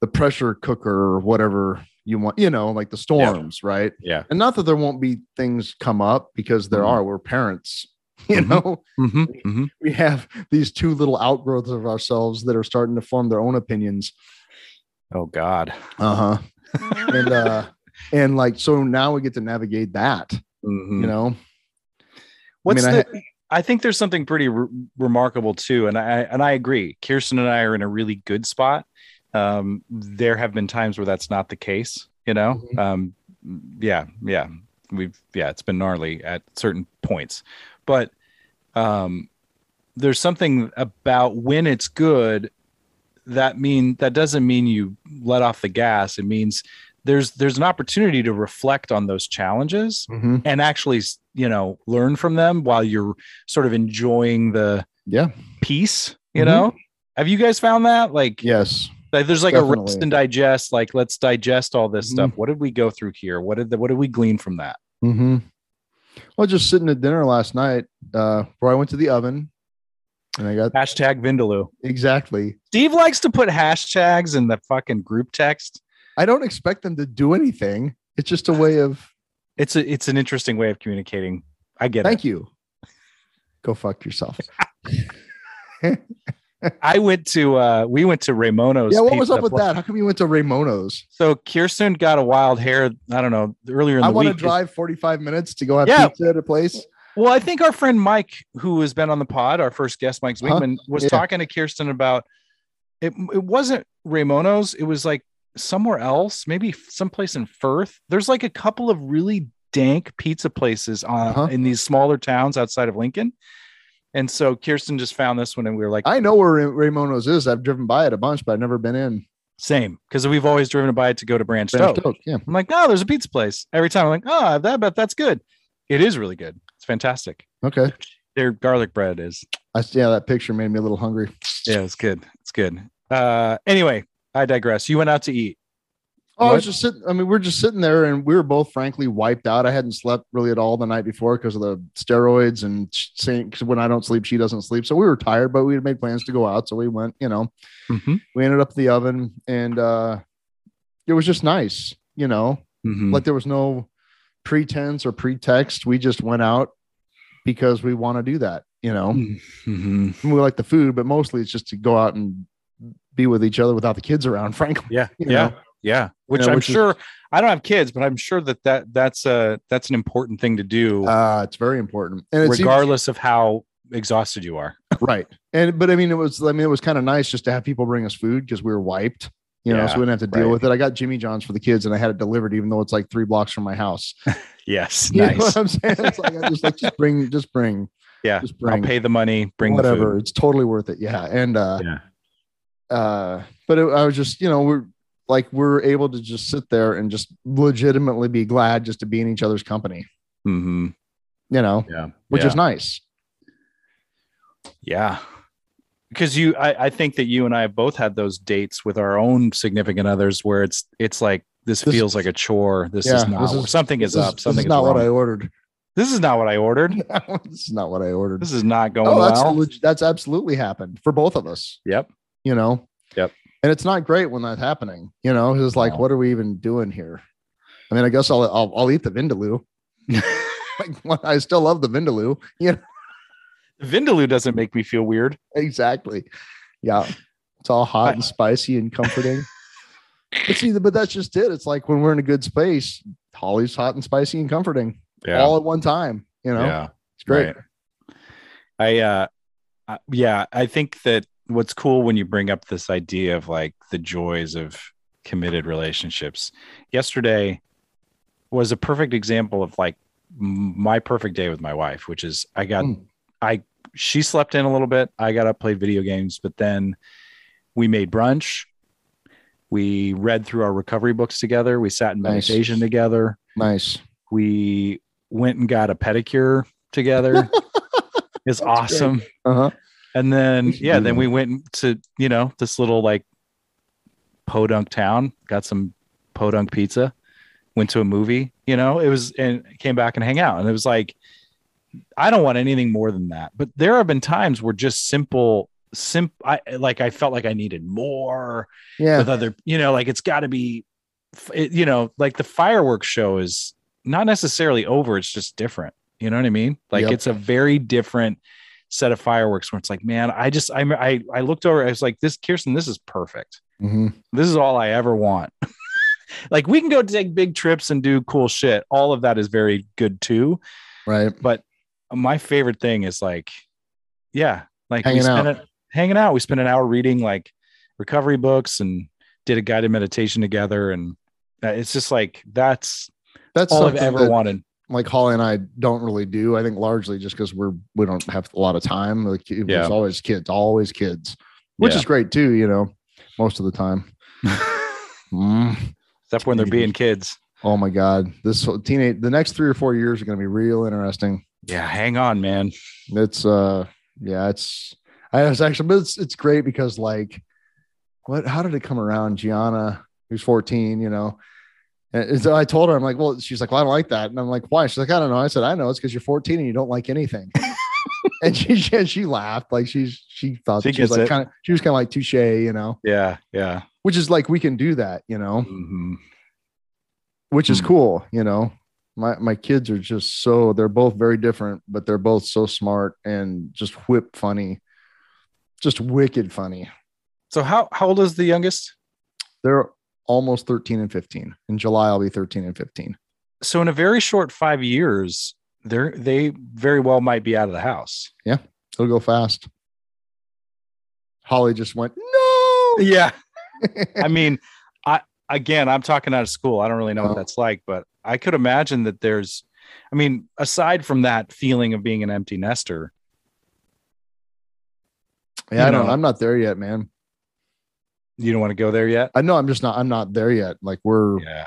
Speaker 4: the pressure cooker or whatever you want, you know, like the storms, right?
Speaker 2: Yeah.
Speaker 4: And not that there won't be things come up because there
Speaker 2: Mhm.
Speaker 4: are. We're parents, you
Speaker 2: Mhm.
Speaker 4: know.
Speaker 2: Mhm. Mhm.
Speaker 4: We have these two little outgrowths of ourselves that are starting to form their own opinions.
Speaker 2: Oh God.
Speaker 4: Uh-huh. and uh and like so now we get to navigate that,
Speaker 2: Mhm.
Speaker 4: you know.
Speaker 2: What's
Speaker 4: I mean, I
Speaker 2: the? I, think there's something pretty re- remarkable too, and I and I agree. Kirsten and I are in a really good spot. Um, there have been times where that's not the case. You know.
Speaker 4: Mhm.
Speaker 2: Um, yeah. Yeah. We've yeah. It's been gnarly at certain points, but um, there's something about when it's good that mean that doesn't mean you let off the gas it means there's there's an opportunity to reflect on those challenges
Speaker 4: Mhm.
Speaker 2: and actually you know learn from them while you're sort of enjoying the
Speaker 4: Yeah.
Speaker 2: peace you
Speaker 4: Mhm.
Speaker 2: know have you guys found that like
Speaker 4: Yes.
Speaker 2: like, there's like a rest
Speaker 4: Definitely.
Speaker 2: and digest like let's digest all this
Speaker 4: Mhm.
Speaker 2: stuff what did we go through here what did the, what did we glean from that
Speaker 4: Mm-hmm. Well, just sitting at dinner last night, uh, where I went to the oven and I got
Speaker 2: hashtag vindaloo
Speaker 4: exactly
Speaker 2: steve likes to put hashtags in the fucking group text
Speaker 4: I don't expect them to do anything. It's just a way of
Speaker 2: it's a, it's an interesting way of communicating i get it
Speaker 4: thank you. Go fuck yourself.
Speaker 2: I went to uh we went to Raimono's.
Speaker 4: yeah, what was
Speaker 2: pizza
Speaker 4: up with
Speaker 2: place.
Speaker 4: that? How come you went to Raimono's?
Speaker 2: So Kirsten got a wild hair, I don't know, earlier in the
Speaker 4: I want to
Speaker 2: week.
Speaker 4: drive 45 minutes to go have
Speaker 2: Yeah.
Speaker 4: pizza at a place.
Speaker 2: Well, I think our friend Mike, who has been on the pod, our first guest, Mike
Speaker 4: Huh?
Speaker 2: Zwingman, was
Speaker 4: Uh-huh. Yeah.
Speaker 2: talking to Kirsten about it. It wasn't Raimono's, it was like somewhere else, maybe someplace in Firth. There's like a couple of really dank pizza places on,
Speaker 4: Uh-huh.
Speaker 2: in these smaller towns outside of Lincoln. And so Kirsten just found this one, and we were like,
Speaker 4: I know where Ra- Raimono's is. I've driven by it a bunch, but I've never been in.
Speaker 2: same, because we've always driven by it to go to Branch,
Speaker 4: Branch
Speaker 2: Toke.
Speaker 4: Toke, Yeah.
Speaker 2: I'm like, oh, there's a pizza place. Every time I'm like, oh, that bet that's good. It is really good. It's fantastic.
Speaker 4: Okay.
Speaker 2: Their garlic bread is
Speaker 4: I yeah, that picture made me a little hungry.
Speaker 2: yeah, it's good. It's good. Uh anyway, I digress. You went out to eat.
Speaker 4: Oh, I
Speaker 2: What?
Speaker 4: was just sitting. I mean, we are just sitting there, and we were both frankly wiped out. I hadn't slept really at all the night before because of the steroids and sh- saying 'cause when I don't sleep, she doesn't sleep. So we were tired, but we had made plans to go out, so we went. You know,
Speaker 2: Mm-hmm.
Speaker 4: we ended up at the oven, and uh, it was just nice. You know,
Speaker 2: Hmm.
Speaker 4: like there was no pretense or pretext. We just went out because we want to do that. You know,
Speaker 2: Hmm.
Speaker 4: And we like the food, but mostly it's just to go out and be with each other without the kids around. Frankly,
Speaker 2: Yeah.
Speaker 4: you
Speaker 2: yeah.
Speaker 4: know?
Speaker 2: Yeah. Which
Speaker 4: know,
Speaker 2: I'm
Speaker 4: which is-
Speaker 2: sure I don't have kids, but I'm sure that, that that's a that's an important thing to do
Speaker 4: uh, it's very important, and it's even-
Speaker 2: regardless of how exhausted you are.
Speaker 4: right and but i mean it was i mean it was kind of nice just to have people bring us food because we were wiped you know,
Speaker 2: Yeah,
Speaker 4: so we didn't have to deal
Speaker 2: right.
Speaker 4: with it. I got Jimmy John's for the kids and I had it delivered, even though it's like three blocks from my house.
Speaker 2: Yes.
Speaker 4: You know
Speaker 2: nice.
Speaker 4: what I'm saying? It's like, I just like, just bring, just bring,
Speaker 2: Yeah.
Speaker 4: just
Speaker 2: I'll
Speaker 4: bring,
Speaker 2: pay the money. Bring
Speaker 4: whatever. It's totally worth it. Yeah. And, uh,
Speaker 2: The food. Yeah.
Speaker 4: uh, but it, I was just, you know, we're like, we're able to just sit there and just legitimately be glad just to be in each other's company,
Speaker 2: Mm-hmm.
Speaker 4: you know,
Speaker 2: Yeah.
Speaker 4: which
Speaker 2: yeah.
Speaker 4: is nice.
Speaker 2: Yeah. Because you I, I think that you and I have both had those dates with our own significant others where it's it's like this,
Speaker 4: This-
Speaker 2: feels like a chore. This
Speaker 4: Yeah,
Speaker 2: is not
Speaker 4: this is-
Speaker 2: something is
Speaker 4: This
Speaker 2: up.
Speaker 4: is-
Speaker 2: Something
Speaker 4: this
Speaker 2: is,
Speaker 4: is not
Speaker 2: wrong.
Speaker 4: what I ordered.
Speaker 2: this is not what I ordered.
Speaker 4: this is not what I ordered.
Speaker 2: This is not going
Speaker 4: oh, that's
Speaker 2: well.
Speaker 4: leg- that's absolutely happened for both of us.
Speaker 2: Yep.
Speaker 4: You know.
Speaker 2: Yep.
Speaker 4: And it's not great when that's happening. You know, it's like,
Speaker 2: No.
Speaker 4: what are we even doing here? I mean, I guess I'll I'll, I'll eat the vindaloo. like, well, I still love the vindaloo. You know,
Speaker 2: Vindaloo doesn't make me feel weird.
Speaker 4: exactly. Yeah, it's all hot and spicy and comforting. but see, but that's just it. It's like when we're in a good space, Holly's hot and spicy and comforting all at one time. You know,
Speaker 2: Yeah.
Speaker 4: it's great.
Speaker 2: Right. I uh I- yeah, I think that what's cool when you bring up this idea of like the joys of committed relationships. Yesterday was a perfect example of like m- my perfect day with my wife, which is I got
Speaker 4: Mm.
Speaker 2: she slept in a little bit. I got up, played video games, but then we made brunch. We read through our recovery books together. We sat in
Speaker 4: Nice.
Speaker 2: meditation together.
Speaker 4: Nice.
Speaker 2: We went and got a pedicure together. it's awesome.
Speaker 4: Uh huh.
Speaker 2: And then
Speaker 4: We should
Speaker 2: yeah,
Speaker 4: do
Speaker 2: then
Speaker 4: that.
Speaker 2: we went to you know this little like podunk town, got some podunk pizza, went to a movie. You know, it was and came back and hang out, and it was like I don't want anything more than that. But there have been times where just simple, simp I like I felt like I needed more
Speaker 4: Yeah.
Speaker 2: with other you know like it's got to be f- it, you know like the fireworks show is not necessarily over it's just different you know what i mean like
Speaker 4: Yep.
Speaker 2: it's a very different set of fireworks where it's like man i just I, I i looked over i was like this kirsten this is perfect
Speaker 4: Mhm.
Speaker 2: this is all i ever want like we can go take big trips and do cool shit all of that is very good too
Speaker 4: Right.
Speaker 2: but my favorite thing is like yeah like
Speaker 4: Hanging
Speaker 2: spent
Speaker 4: out.
Speaker 2: it- hanging out we spent an hour reading like recovery books and did a guided meditation together and uh, it's just like that's
Speaker 4: That's
Speaker 2: all i've
Speaker 4: something
Speaker 2: ever
Speaker 4: that,
Speaker 2: wanted
Speaker 4: Like Holly and I don't really do. I think largely just because we're we don't have a lot of time. Like it
Speaker 2: Yeah.
Speaker 4: was always kids, always kids, which
Speaker 2: Yeah.
Speaker 4: is great too. You know, most of the time. Mm.
Speaker 2: except when they're being kids
Speaker 4: Oh my God, this whole teenage the next three or four years are going to be real interesting.
Speaker 2: yeah hang on man
Speaker 4: It's uh, yeah, it's I was actually, but it's it's great because like, what? How did it come around? Gianna, who's fourteen, you know. And and so I told her, I'm like, well, she's like, well, I don't like that. And I'm like, why? She's like, I don't know. I said, I know. It's because you're 14 and you don't like anything. and she, she she laughed. Like she's she thought
Speaker 2: She
Speaker 4: that she was
Speaker 2: gets
Speaker 4: like
Speaker 2: it.
Speaker 4: kind of she was kind of like touche, you know,
Speaker 2: yeah yeah
Speaker 4: which is like we can do that, you know,
Speaker 2: Mhm.
Speaker 4: which is
Speaker 2: Hmm.
Speaker 4: cool, you know. My my kids are just so they're both very different, but they're both so smart and just whip funny. Just wicked funny.
Speaker 2: so how how old is the youngest
Speaker 4: They're almost 13 and 15. In July, I'll be 13 and 15.
Speaker 2: so in a very short five years they're they very well might be out of the house
Speaker 4: It'll go fast. Holly just went, no.
Speaker 2: yeah I mean, I again, I'm talking out of school. I don't really know
Speaker 4: Oh.
Speaker 2: what that's like, but I could imagine that there's, I mean, aside from that feeling of being an empty nester,
Speaker 4: yeah, I
Speaker 2: you
Speaker 4: don't.
Speaker 2: know.
Speaker 4: I'm not there yet, man.
Speaker 2: you don't want to go there yet.
Speaker 4: I know I'm just not. I'm not there yet. Like we're
Speaker 2: Yeah.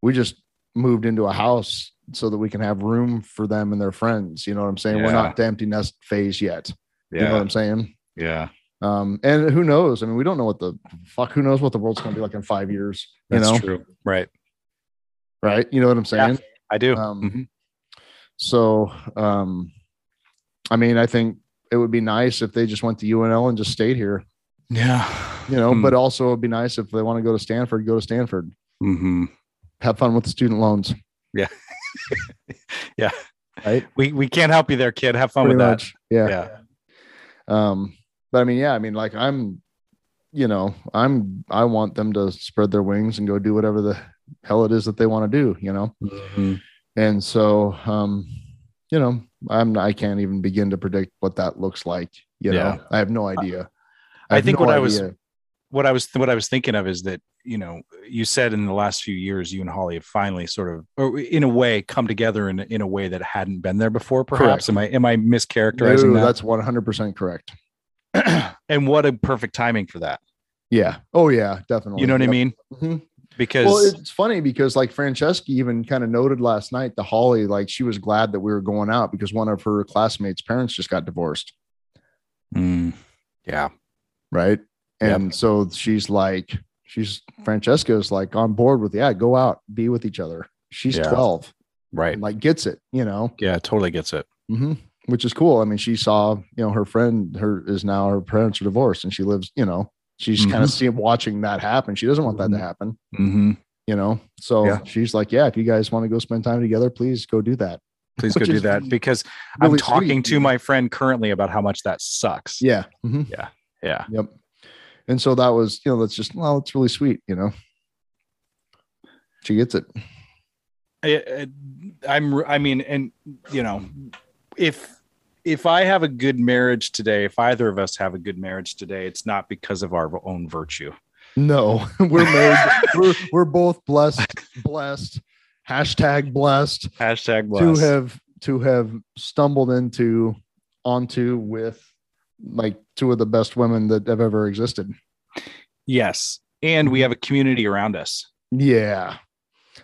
Speaker 4: we just moved into a house so that we can have room for them and their friends. You know what I'm saying? We're
Speaker 2: Yeah.
Speaker 4: not to empty nest phase yet.
Speaker 2: Yeah.
Speaker 4: You know what I'm saying?
Speaker 2: yeah.
Speaker 4: Um, and who knows? I mean, we don't know what the fuck. Who knows what the world's gonna be like in five years? You
Speaker 2: That's
Speaker 4: know,
Speaker 2: true. Right.
Speaker 4: right? You know what I'm saying?
Speaker 2: I do.
Speaker 4: Um,
Speaker 2: Mhm.
Speaker 4: So, um, I mean, I think it would be nice if they just went to UNL and just stayed here.
Speaker 2: Yeah.
Speaker 4: You know, but also it'd be nice if they want to go to Stanford, go to Stanford.
Speaker 2: hmm
Speaker 4: Have fun with the student loans.
Speaker 2: we, we can't help you there, kid. Have fun
Speaker 4: Pretty
Speaker 2: with
Speaker 4: much. Yeah.
Speaker 2: that. Yeah.
Speaker 4: Um, but I mean, yeah, I mean, like I'm, you know, I'm, I want them to spread their wings and go do whatever the hell it is that they want to do, you know?
Speaker 2: Mhm.
Speaker 4: And so, um, you know, I'm, I can't even begin to predict what that looks like. You
Speaker 2: Yeah.
Speaker 4: know, I have no idea.
Speaker 2: I think
Speaker 4: no
Speaker 2: what I was- what I was what I was thinking of is that you know you said in the last few years you and Holly have finally sort of or in a way come together in in a way that hadn't been there before. Perhaps
Speaker 4: Correct.
Speaker 2: am I am I mischaracterizing
Speaker 4: No,
Speaker 2: that?
Speaker 4: that's 100% correct.
Speaker 2: and what a perfect timing for that.
Speaker 4: Yeah. Oh, yeah, definitely.
Speaker 2: You know what I mean?
Speaker 4: Mhm.
Speaker 2: Because
Speaker 4: Well, it's funny because like Francesca even kind of noted last night to Holly, like she was glad that we were going out because one of her classmates' parents just got divorced.
Speaker 2: Mm, yeah,
Speaker 4: right?
Speaker 2: Yep.
Speaker 4: And so she's like, she's Francesca's like on board with, yeah, go out, be with each other. She's
Speaker 2: Yeah.
Speaker 4: 12
Speaker 2: right.
Speaker 4: and like gets it, you know,
Speaker 2: Yeah, totally gets it.
Speaker 4: Mhm. which is cool. I mean, she saw, you know, her friend, her is now her parents are divorced and she lives, you know, she's kind
Speaker 2: Mhm.
Speaker 4: of seeing watching that happen. She doesn't want that
Speaker 2: Mhm.
Speaker 4: to happen,
Speaker 2: hmm
Speaker 4: you know? So
Speaker 2: Yeah.
Speaker 4: she's like, yeah, if you guys want to go spend time together, please go do that.
Speaker 2: Please go
Speaker 4: Which
Speaker 2: do
Speaker 4: is
Speaker 2: that because I'm
Speaker 4: really
Speaker 2: talking
Speaker 4: sweet, you
Speaker 2: to
Speaker 4: know?
Speaker 2: my friend currently about how much that sucks.
Speaker 4: Yeah. Mhm.
Speaker 2: Yeah.
Speaker 4: Yep. And so that was, you know, that's just, well, it's really sweet, you know? She gets it.
Speaker 2: I, I- I'm I mean and you know if if I have a good marriage today, if either of us have a good marriage today, it's not because of our own virtue.
Speaker 4: No, we're made. we're we're both blessed, blessed. Hashtag blessed,
Speaker 2: Hashtag
Speaker 4: to have to have stumbled into onto with like two of the best women that have ever existed.
Speaker 2: Yes. And
Speaker 4: Mm-hmm.
Speaker 2: we have a community around us.
Speaker 4: Yeah,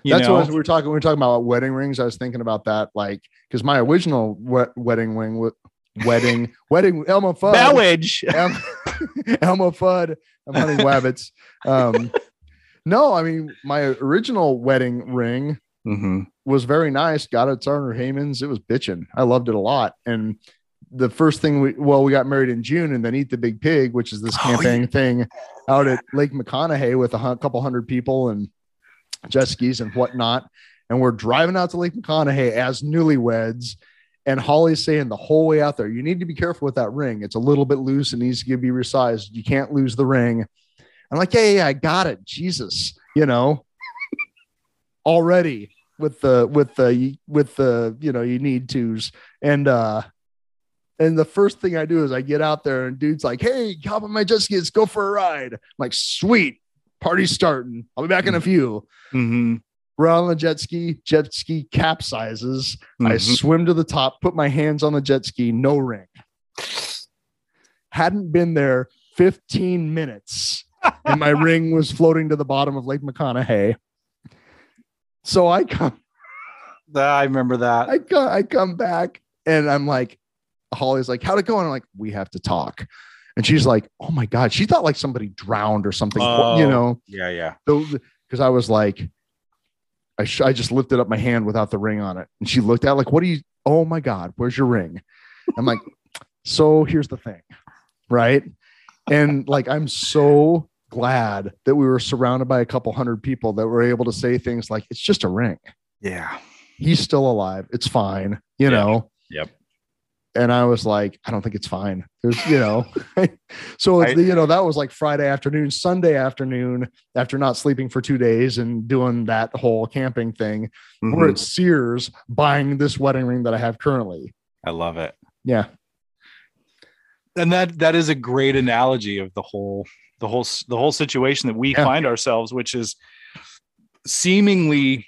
Speaker 2: You
Speaker 4: that's
Speaker 2: know?
Speaker 4: what we were talking. We were talking about wedding rings. I was thinking about that, like because my original wet, wedding ring, wa- wedding, wedding, Elma Fudd.
Speaker 2: Bowage.
Speaker 4: Elm, Elmo Fudd. I'm hunting wabbits. Um, no, I mean my original wedding ring
Speaker 2: Mhm.
Speaker 4: was very nice. Got it, Turner Heyman's. It was bitching. I loved it a lot. And the first thing we well, we got married in June, and then Eat the Big Pig, which is this
Speaker 2: Oh, yeah.
Speaker 4: campaign thing out at Lake McConaughey with a hun- couple hundred people and jet skis and whatnot. And we're driving out to Lake McConaughey as newlyweds. And Holly's saying the whole way out there, you need to be careful with that ring. It's a little bit loose and needs to be resized. You can't lose the ring. I'm like, yeah, yeah, yeah, I got it. Jesus, you know, already with the with the with the you know you need tos and uh and the first thing I do is I get out there and dude's like, hey, hop on my jet ski, let's go for a ride. I'm like, sweet, party's starting. I'll be back in a few.
Speaker 2: Mhm.
Speaker 4: We're on the jet ski, jet ski capsizes. I
Speaker 2: Mhm.
Speaker 4: swim to the top, put my hands on the jet ski, no ring. Hadn't been there 15 minutes, and my ring was floating to the bottom of Lake McConaughey. So I come,
Speaker 2: I remember that.
Speaker 4: I come, I come back, and I'm like, Holly's like, "How'd it go?" And I'm like, "We have to talk." And she's like, "Oh my god!" She thought like somebody drowned or something, you
Speaker 2: Oh.
Speaker 4: know.
Speaker 2: yeah, yeah.
Speaker 4: Because I was like, I sh- I just lifted up my hand without the ring on it, and she looked at it like, "What are you? Oh my god, where's your ring?" I'm like, "So here's the thing, right?" And like, I'm so glad that we were surrounded by a couple hundred people that were able to say things like, "It's just a ring."
Speaker 2: Yeah.
Speaker 4: he's still alive. It's fine, you
Speaker 2: Yeah.
Speaker 4: know.
Speaker 2: Yep.
Speaker 4: And I was like, I don't think it's fine. There's, you know, so it's
Speaker 2: I-
Speaker 4: the you know that was like Friday afternoon, Sunday afternoon, after not sleeping for two days and doing that whole camping thing. We're
Speaker 2: Mhm.
Speaker 4: at Sears buying this wedding ring that I have currently.
Speaker 2: I love it.
Speaker 4: Yeah,
Speaker 2: and that that is a great analogy of the whole the whole the whole situation that we
Speaker 4: Yeah.
Speaker 2: find ourselves which is seemingly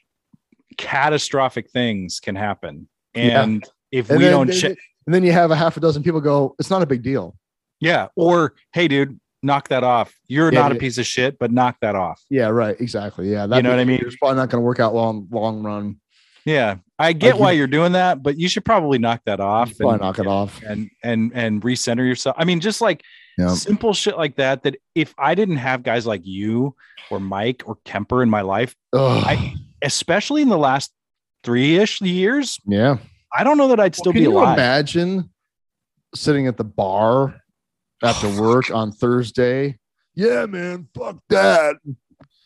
Speaker 2: catastrophic things can happen
Speaker 4: Yeah.
Speaker 2: and if
Speaker 4: and
Speaker 2: we
Speaker 4: then,
Speaker 2: don't
Speaker 4: then-
Speaker 2: check
Speaker 4: and then you have a half a dozen people go, it's not a big deal.
Speaker 2: yeah or hey dude knock that off you're
Speaker 4: Yeah,
Speaker 2: not a
Speaker 4: yeah.
Speaker 2: piece of shit but knock that off
Speaker 4: Yeah, right, exactly. Yeah,
Speaker 2: know what I mean?
Speaker 4: It's probably not going to work out long long run.
Speaker 2: yeah i get
Speaker 4: Like,
Speaker 2: why
Speaker 4: you-
Speaker 2: you're doing that but you should probably knock that off
Speaker 4: Probably
Speaker 2: and-
Speaker 4: knock it off.
Speaker 2: and and and recenter yourself i mean just like
Speaker 4: Yeah,
Speaker 2: simple shit like that that if i didn't have guys like you or mike or kemper in my life
Speaker 4: Ugh.
Speaker 2: I- especially in the last three-ish years
Speaker 4: yeah.
Speaker 2: i don't know that i'd still
Speaker 4: Can
Speaker 2: be
Speaker 4: you
Speaker 2: alive
Speaker 4: imagine sitting at the bar after work on Thursday? Yeah, man, fuck that.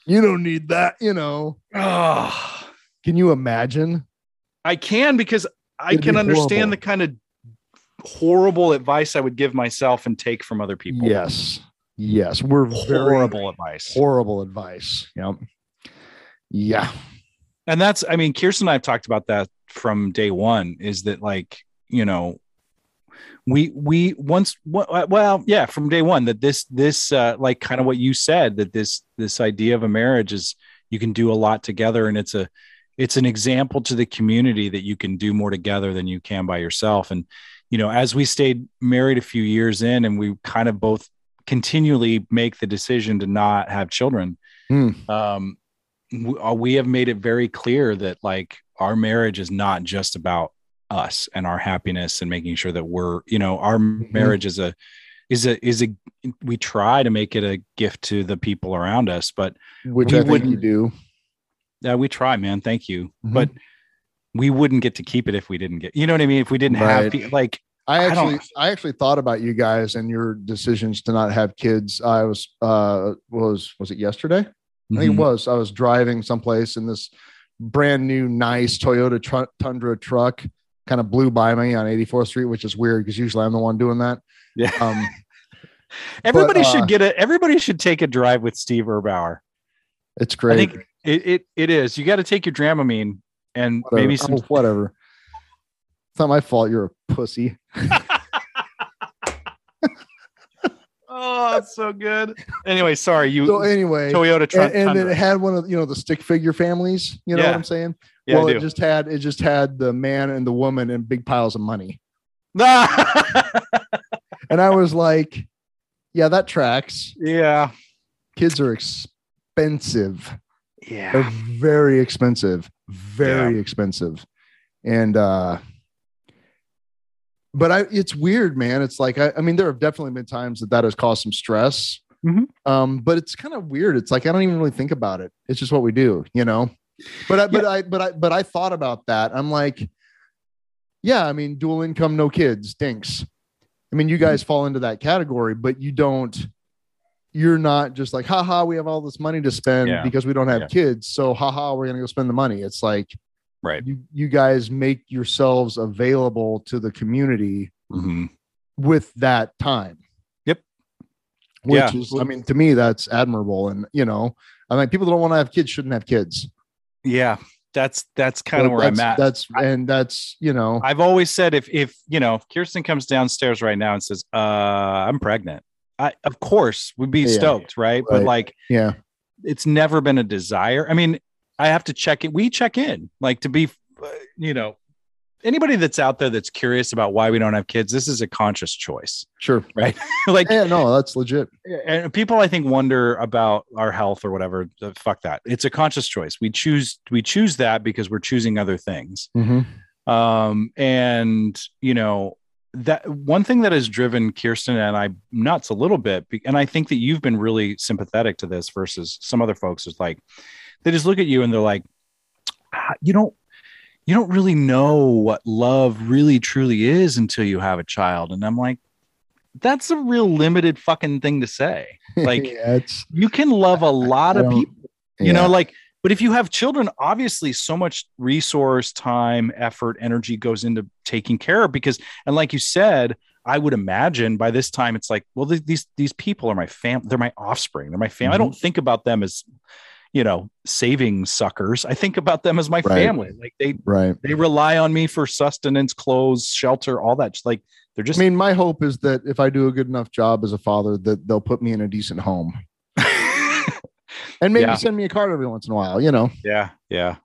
Speaker 4: You don't need that, you know.
Speaker 2: Ugh.
Speaker 4: Can you imagine?
Speaker 2: i can because i
Speaker 4: It'd
Speaker 2: can
Speaker 4: be
Speaker 2: understand
Speaker 4: horrible.
Speaker 2: the kind of horrible advice i would give myself and take from other people
Speaker 4: Yes. Yes. We're very
Speaker 2: horrible advice
Speaker 4: horrible advice. Yep. Yeah.
Speaker 2: and that's i mean kirsten and i've talked about that from day one is that like you know we we once w- well yeah from day one that this this uh, like kind of what you said that this this idea of a marriage is you can do a lot together and it's a it's an example to the community that you can do more together than you can by yourself and you know as we stayed married a few years in and we kind of both continually make the decision to not have children
Speaker 4: Hmm.
Speaker 2: um we, uh, we have made it very clear that like our marriage is not just about us and our happiness and making sure that we're you know our marriage is a is a is a we try to make it a gift to the people around us but
Speaker 4: which
Speaker 2: We
Speaker 4: I think you
Speaker 2: wouldn't-
Speaker 4: do.
Speaker 2: yeah, we try, man. Thank you.
Speaker 4: Mhm.
Speaker 2: But we wouldn't get to keep it if we didn't get, you know what I mean? If we didn't have
Speaker 4: Right.
Speaker 2: pe- like,
Speaker 4: I
Speaker 2: I don't-
Speaker 4: actually, I, actually thought about you guys and your decisions to not have kids. I was, uh, was, was it yesterday? I
Speaker 2: Mm-hmm.
Speaker 4: think it was. I was driving someplace in this brand new, nice Toyota tru- Tundra truck kind of blew by me on 84th Street, which is weird because usually I'm the one doing that.
Speaker 2: Yeah.
Speaker 4: Um,
Speaker 2: everybody
Speaker 4: but, uh,
Speaker 2: should get a, everybody should take a drive with Steve Erbauer.
Speaker 4: it's
Speaker 2: I
Speaker 4: great.
Speaker 2: think it, it, it is. You got to take your Dramamine and
Speaker 4: whatever.
Speaker 2: maybe some,
Speaker 4: Oh, whatever. It's not my fault. You're a pussy.
Speaker 2: oh, that's so good. Anyway, sorry. You,
Speaker 4: So anyway,
Speaker 2: Toyota Tru-
Speaker 4: and, and it
Speaker 2: Tundra.
Speaker 4: had one of you know the stick figure families. You know
Speaker 2: Yeah.
Speaker 4: what I'm saying?
Speaker 2: Yeah,
Speaker 4: well,
Speaker 2: I
Speaker 4: it
Speaker 2: do.
Speaker 4: just had it just had the man and the woman and big piles of money, and I was like, yeah, that tracks.
Speaker 2: yeah.
Speaker 4: Kids are expensive.
Speaker 2: Yeah.
Speaker 4: They're very expensive, very expensive. And uh but I it's weird, man. It's like I, I mean there have definitely been times that that has caused some stress.
Speaker 2: Mhm.
Speaker 4: Um but it's kind of weird. It's like I don't even really think about it. It's just what we do, you know. But I, but I but I but I thought about that. I'm like yeah, I mean dual income no kids, stinks. I mean you guys
Speaker 2: Mm-hmm.
Speaker 4: fall into that category, but you don't you're not just like, haha, we have all this money to spend
Speaker 2: Yeah.
Speaker 4: because we don't have
Speaker 2: Yeah.
Speaker 4: kids. So haha, we're gonna go spend the money. It's like
Speaker 2: Right.
Speaker 4: you, you guys make yourselves available to the community
Speaker 2: Mhm.
Speaker 4: with that time.
Speaker 2: Yep.
Speaker 4: Which
Speaker 2: Yeah.
Speaker 4: is, I mean, to me, that's admirable. And you know, I mean, people that don't want to have kids shouldn't have kids.
Speaker 2: Yeah. That's, that's kind of where I'm
Speaker 4: That's-
Speaker 2: at.
Speaker 4: That's and that's you know,
Speaker 2: I've always said if if you know if Kirsten comes downstairs right now and says, "Uh, I'm pregnant," I of course would be
Speaker 4: Yeah.
Speaker 2: stoked, right? But
Speaker 4: Right.
Speaker 2: like,
Speaker 4: yeah,
Speaker 2: it's never been a desire. I mean, I have to check it. We check in, like to be, uh, you know, anybody that's out there that's curious about why we don't have kids. This is a conscious choice,
Speaker 4: sure.
Speaker 2: right? like,
Speaker 4: Yeah, no, that's legit.
Speaker 2: and people I think wonder about our health or whatever. Uh, Fuck that. It's a conscious choice. We choose we choose that because we're choosing other things
Speaker 4: Mhm.
Speaker 2: um and you know that one thing that has driven kirsten and i nuts a little bit be- and i think that you've been really sympathetic to this versus some other folks is like they just look at you and they're like "Ah, you don't you don't really know what love really truly is until you have a child and i'm like that's a real limited fucking thing to say Like-
Speaker 4: yeah, it's
Speaker 2: you can love a lot
Speaker 4: I
Speaker 2: of
Speaker 4: don't-
Speaker 2: people you
Speaker 4: yeah.
Speaker 2: know like but if you have children obviously so much resource time effort energy goes into taking care of because and like you said i would imagine by this time it's like well th- these these people are my fam they're my offspring they're my fam i
Speaker 4: Mm-hmm.
Speaker 2: don't think about them as you know saving suckers i think about them as my
Speaker 4: Right.
Speaker 2: family like they
Speaker 4: right.
Speaker 2: they rely on me for sustenance clothes shelter all that like they're just
Speaker 4: I mean, my hope is that if I do a good enough job as a father, that they'll put me in a decent home and maybe
Speaker 2: Yeah.
Speaker 4: send me a card every once in a while. You know,
Speaker 2: Yeah, yeah.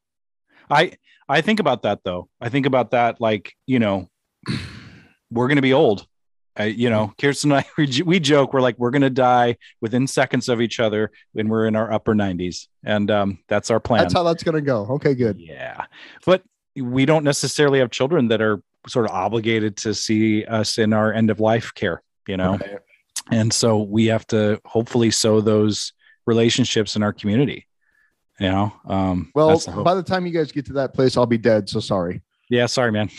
Speaker 2: I I think about that though. I think about that like you know, we're gonna be old. I, you know, Kirsten and I we, j- we joke we're like we're gonna die within seconds of each other when we're in our upper nineties, and um, that's our plan.
Speaker 4: that's how that's gonna go. Okay, good.
Speaker 2: yeah, but we don't necessarily have children that are sort of obligated to see us in our end of life care. You know,
Speaker 4: Right.
Speaker 2: and so we have to hopefully sow those relationships in our community. You know, um,
Speaker 4: Well,
Speaker 2: that's the hope.
Speaker 4: by the time you guys get to that place, I'll be dead. So sorry.
Speaker 2: yeah, sorry, man.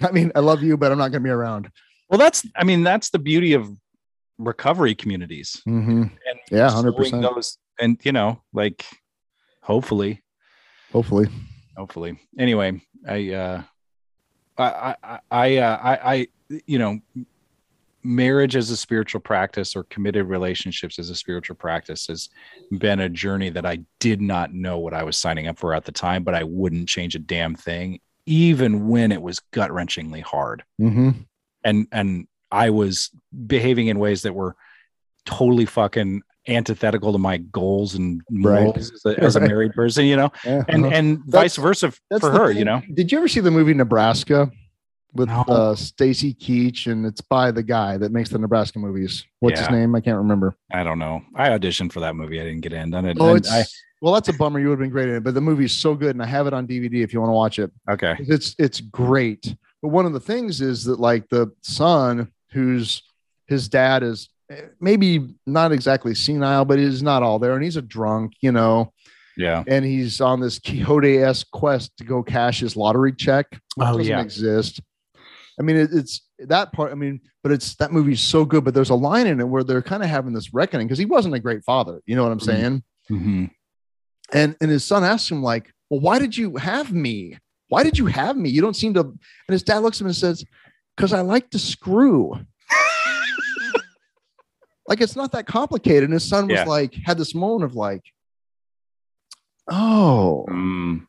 Speaker 4: I mean, I love you, but I'm not gonna be around.
Speaker 2: Well, that's I mean that's the beauty of recovery communities.
Speaker 4: Mhm.
Speaker 2: And
Speaker 4: Yeah, hundred percent.
Speaker 2: Sowing those- And you know, like, hopefully,
Speaker 4: Hopefully,
Speaker 2: hopefully. Anyway, I, uh, I, I, I, I, uh, I, I, you know, marriage as a spiritual practice or committed relationships as a spiritual practice has been a journey that I did not know what I was signing up for at the time, but I wouldn't change a damn thing, even when it was gut wrenchingly hard.
Speaker 4: hmm
Speaker 2: and and I was behaving in ways that were totally fucking antithetical to my goals and
Speaker 4: Right.
Speaker 2: morals as, a, as a
Speaker 4: Right.
Speaker 2: married person, you know,
Speaker 4: Yeah.
Speaker 2: and
Speaker 4: Uh-huh.
Speaker 2: and vice
Speaker 4: That's-
Speaker 2: versa
Speaker 4: That's
Speaker 2: for
Speaker 4: the
Speaker 2: her,
Speaker 4: thing.
Speaker 2: you know.
Speaker 4: Did you ever see the movie Nebraska with
Speaker 2: No.
Speaker 4: uh, Stacy Keach and it's by the guy that makes the Nebraska movies? What's his
Speaker 2: Yeah.
Speaker 4: name? I can't remember.
Speaker 2: I don't know. I auditioned for that movie. I didn't get in. I didn't,
Speaker 4: Oh,
Speaker 2: and
Speaker 4: it's well, that's a bummer. You would have been great in it, but the movie's so good, and I have it on DVD if you want to watch it.
Speaker 2: I, okay.
Speaker 4: It's it's great. But one of the things is that like the son, who's his dad is eh, maybe not exactly senile, but he's not all there, and he's a drunk, you know,
Speaker 2: Yeah.
Speaker 4: and he's on this Quixote-esque quest to go cash his lottery check.
Speaker 2: Oh
Speaker 4: doesn't
Speaker 2: yeah.
Speaker 4: exist. I mean, it, it's that part. I mean, but it's that movie's so good. But there's a line in it where they're kind of having this reckoning because he wasn't a great father. You know what I'm
Speaker 2: Mhm.
Speaker 4: saying?
Speaker 2: Mhm.
Speaker 4: And and his son asks him like, "Well, why did you have me? Why did you have me? You don't seem to." And his dad looks at him and says, "Because I like to screw." like it's not that complicated. And his son was
Speaker 2: Yeah.
Speaker 4: like, had this moment of like, "Oh."
Speaker 2: Mm.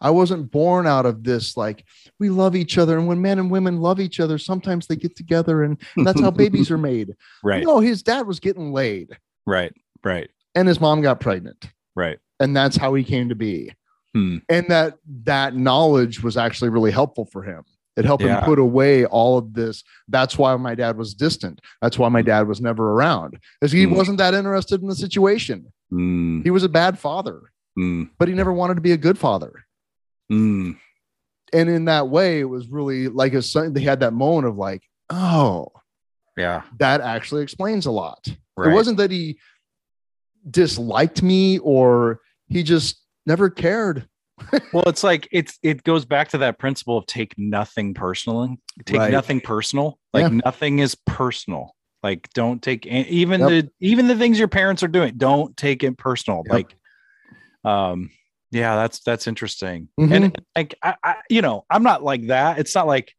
Speaker 4: I wasn't born out of this. Like we love each other, and when men and women love each other, sometimes they get together, and that's how babies are made.
Speaker 2: Mm-hmm. Right.
Speaker 4: No, his dad was getting laid,
Speaker 2: Right. Right.
Speaker 4: and his mom got pregnant,
Speaker 2: Right.
Speaker 4: and that's how he came to be.
Speaker 2: Hmm.
Speaker 4: And that that knowledge was actually really helpful for him. It helped
Speaker 2: Yeah.
Speaker 4: him put away all of this. That's why my dad was distant. That's why my dad was never around, because he
Speaker 2: Hmm.
Speaker 4: wasn't that interested in the situation.
Speaker 2: Mm.
Speaker 4: He was a bad father,
Speaker 2: Mm.
Speaker 4: but he never wanted to be a good father.
Speaker 2: Mm.
Speaker 4: and in that way, it was really like a son. They had that moment of like, oh,
Speaker 2: Yeah.
Speaker 4: that actually explains a lot.
Speaker 2: Right.
Speaker 4: It wasn't that he disliked me or he just never cared.
Speaker 2: well it's like it's it goes back to that principle of take nothing personally take
Speaker 4: Right.
Speaker 2: nothing personal like
Speaker 4: Yeah.
Speaker 2: nothing is personal like don't take an- even
Speaker 4: Yep.
Speaker 2: the even the things your parents are doing don't take it personal
Speaker 4: Yep.
Speaker 2: like um yeah that's that's interesting
Speaker 4: Mhm.
Speaker 2: and like I, I you know i'm not like that it's not like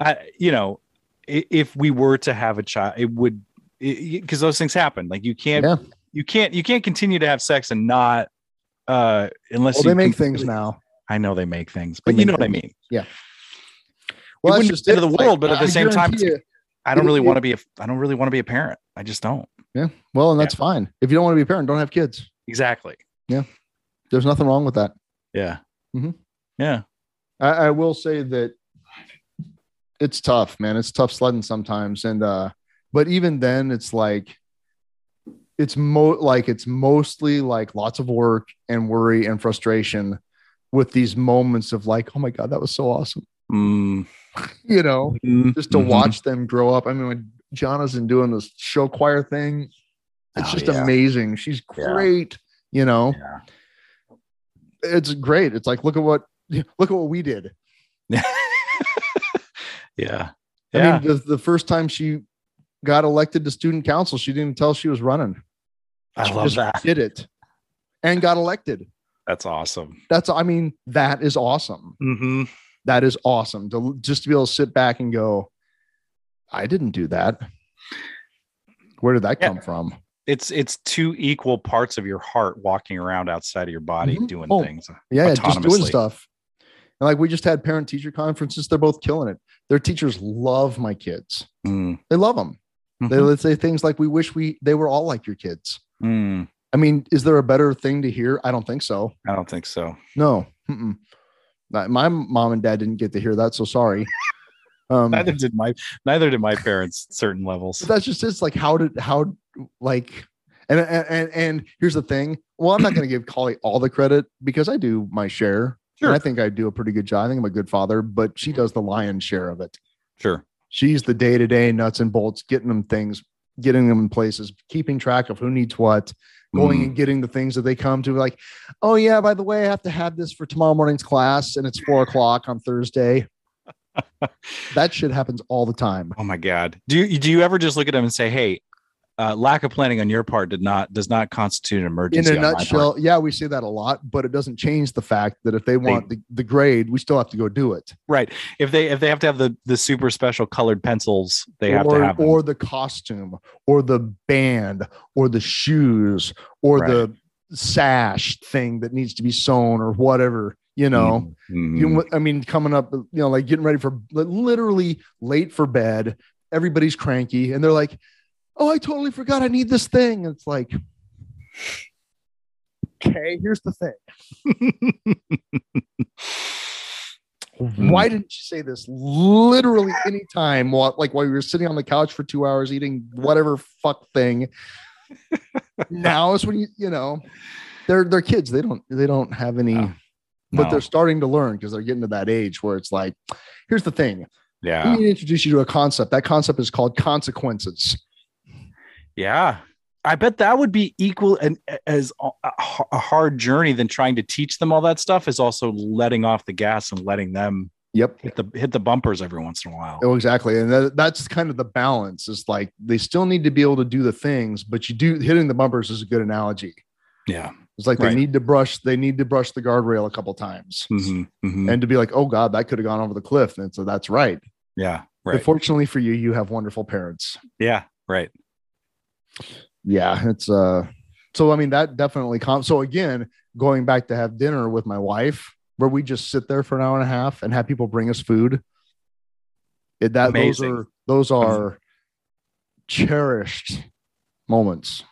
Speaker 2: i you know i- if we were to have a child it would because those things happen like you can't
Speaker 4: Yeah.
Speaker 2: you can't you can't continue to have sex and not uh unless
Speaker 4: Well, they
Speaker 2: you
Speaker 4: make
Speaker 2: completely-
Speaker 4: things now.
Speaker 2: I know they make things,
Speaker 4: They
Speaker 2: but you
Speaker 4: make
Speaker 2: know what I
Speaker 4: things.
Speaker 2: mean.
Speaker 4: Well,
Speaker 2: wouldn't
Speaker 4: that's
Speaker 2: be
Speaker 4: just
Speaker 2: the end
Speaker 4: it.
Speaker 2: of the world, but at the
Speaker 4: I
Speaker 2: same time,
Speaker 4: guarantee you-
Speaker 2: I don't
Speaker 4: It-
Speaker 2: really
Speaker 4: it-
Speaker 2: want to be a I don't really want to be a parent. I just don't.
Speaker 4: well, and that's fine. If you don't want to be a parent, don't have kids.
Speaker 2: Exactly.
Speaker 4: There's nothing wrong with that.
Speaker 2: Yeah.
Speaker 4: Mhm.
Speaker 2: Yeah.
Speaker 4: I, I will say that it's tough, man. It's tough sledding sometimes, and uh, but even then, it's like it's mo like it's mostly like lots of work and worry and frustration with these moments of like, oh my god, that was so awesome,
Speaker 2: Mm.
Speaker 4: you know, just to
Speaker 2: Mhm.
Speaker 4: watch them grow up. I mean, when Jana's in doing this show choir thing, it's
Speaker 2: Oh,
Speaker 4: just
Speaker 2: yeah.
Speaker 4: amazing. She's
Speaker 2: Yeah.
Speaker 4: great, you know.
Speaker 2: Yeah.
Speaker 4: It's great. It's like look at what look at what we did.
Speaker 2: yeah.
Speaker 4: I
Speaker 2: Yeah.
Speaker 4: mean, the, the first time she got elected to student council, she didn't even tell she was running.
Speaker 2: I,
Speaker 4: she
Speaker 2: love
Speaker 4: just
Speaker 2: that.
Speaker 4: Did it and got elected.
Speaker 2: That's awesome.
Speaker 4: That's, I mean, that is awesome.
Speaker 2: Mm-hmm.
Speaker 4: That is awesome to just to be able to sit back and go, I didn't do that. Where did that
Speaker 2: Yeah.
Speaker 4: come from?
Speaker 2: It's it's two equal parts of your heart walking around outside of your body
Speaker 4: Mhm.
Speaker 2: doing
Speaker 4: Oh,
Speaker 2: things.
Speaker 4: Yeah, just doing
Speaker 2: Autonomously.
Speaker 4: stuff. And like we just had parent teacher conferences. They're both killing it. Their teachers love my kids.
Speaker 2: Mm.
Speaker 4: They love them. They
Speaker 2: Mhm.
Speaker 4: would say things like, "We wish we they were all like your kids."
Speaker 2: Mm.
Speaker 4: I mean, is there a better thing to hear? I don't think so.
Speaker 2: I don't think so.
Speaker 4: No. Mm-mm. Not- My mom and dad didn't get to hear that, so sorry. Um,
Speaker 2: Neither
Speaker 4: but
Speaker 2: did my neither did my parents at certain levels.
Speaker 4: that's just it's like how did how like and and and, and here's the thing. Well, I'm not going to give Collie all the credit because I do my share.
Speaker 2: Sure.
Speaker 4: And
Speaker 2: Mm-hmm.
Speaker 4: I think I do a pretty good job. I think I'm a good father, but she does the lion's share of it.
Speaker 2: Sure.
Speaker 4: She's the day to day nuts and bolts, getting them things, getting them in places, keeping track of who needs what, going
Speaker 2: Mm.
Speaker 4: and getting the things that they come to like oh yeah by the way i have to have this for tomorrow morning's class and it's four o'clock on thursday that shit happens all the time
Speaker 2: Oh my God. Do you do you ever just look at them and say, "Hey, uh, lack of planning on your part did not does not constitute an
Speaker 4: in
Speaker 2: emergency"?
Speaker 4: a
Speaker 2: on my part?
Speaker 4: nutshell yeah we say that a lot but it doesn't change the fact that if they want the, the grade we still have to go do it
Speaker 2: right? If they if they have to have the the super special colored pencils, they have
Speaker 4: or,
Speaker 2: to have them.
Speaker 4: or the costume or the band or the shoes or the sash thing that needs to be sewn or whatever you know
Speaker 2: Mhm.
Speaker 4: you, I mean, coming up, you know, like getting ready for li- literally late for bed. Everybody's cranky, and they're like, "Oh, I totally forgot I need this thing." It's like, okay, here's the thing.
Speaker 2: Mm-hmm.
Speaker 4: Why didn't you say this literally any time? While, like while we were sitting on the couch for two hours eating whatever fuck thing. now is when you you know, they're they're kids. They don't they don't have any
Speaker 2: No.
Speaker 4: but
Speaker 2: No.
Speaker 4: they're starting to learn because they're getting to that age where it's like, here's the thing.
Speaker 2: yeah
Speaker 4: Let me introduce you to a concept. That concept is called consequences.
Speaker 2: yeah i bet that would be equal and as a, a a hard journey than trying to teach them all that stuff is also letting off the gas and letting them
Speaker 4: Yep.
Speaker 2: hit the hit the bumpers every once in a while
Speaker 4: Oh, exactly. And that, that's kind of the balance. It's like they still need to be able to do the things, but you do hitting the bumpers is a good analogy.
Speaker 2: yeah
Speaker 4: It's like
Speaker 2: Right.
Speaker 4: they need to brush, they need to brush the guardrail a couple times
Speaker 2: Mhm. Mhm.
Speaker 4: and to be like, oh God, that could have gone over the cliff. And so that's right.
Speaker 2: yeah
Speaker 4: But
Speaker 2: right
Speaker 4: fortunately for you, you have wonderful parents.
Speaker 2: yeah right
Speaker 4: yeah it's uh so i mean that definitely com so again going back to have dinner with my wife where we just sit there for an hour and a half and have people bring us food it, that
Speaker 2: Amazing.
Speaker 4: those are those are cherished moments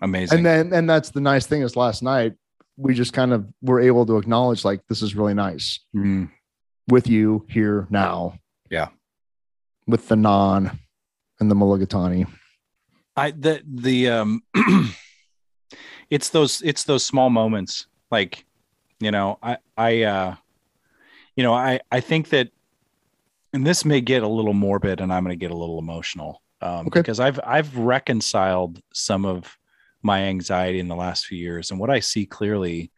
Speaker 2: amazing
Speaker 4: and then and that's the nice thing is last night we just kind of were able to acknowledge like this is really nice
Speaker 2: Mhm.
Speaker 4: with you here now
Speaker 2: Yeah.
Speaker 4: with the non and the mulligatawny
Speaker 2: I the the um it's those it's those small moments like you know I I uh you know I I think that and this may get a little morbid and I'm going to get a little emotional um
Speaker 4: Okay.
Speaker 2: because I've I've reconciled some of my anxiety in the last few years and what I see clearly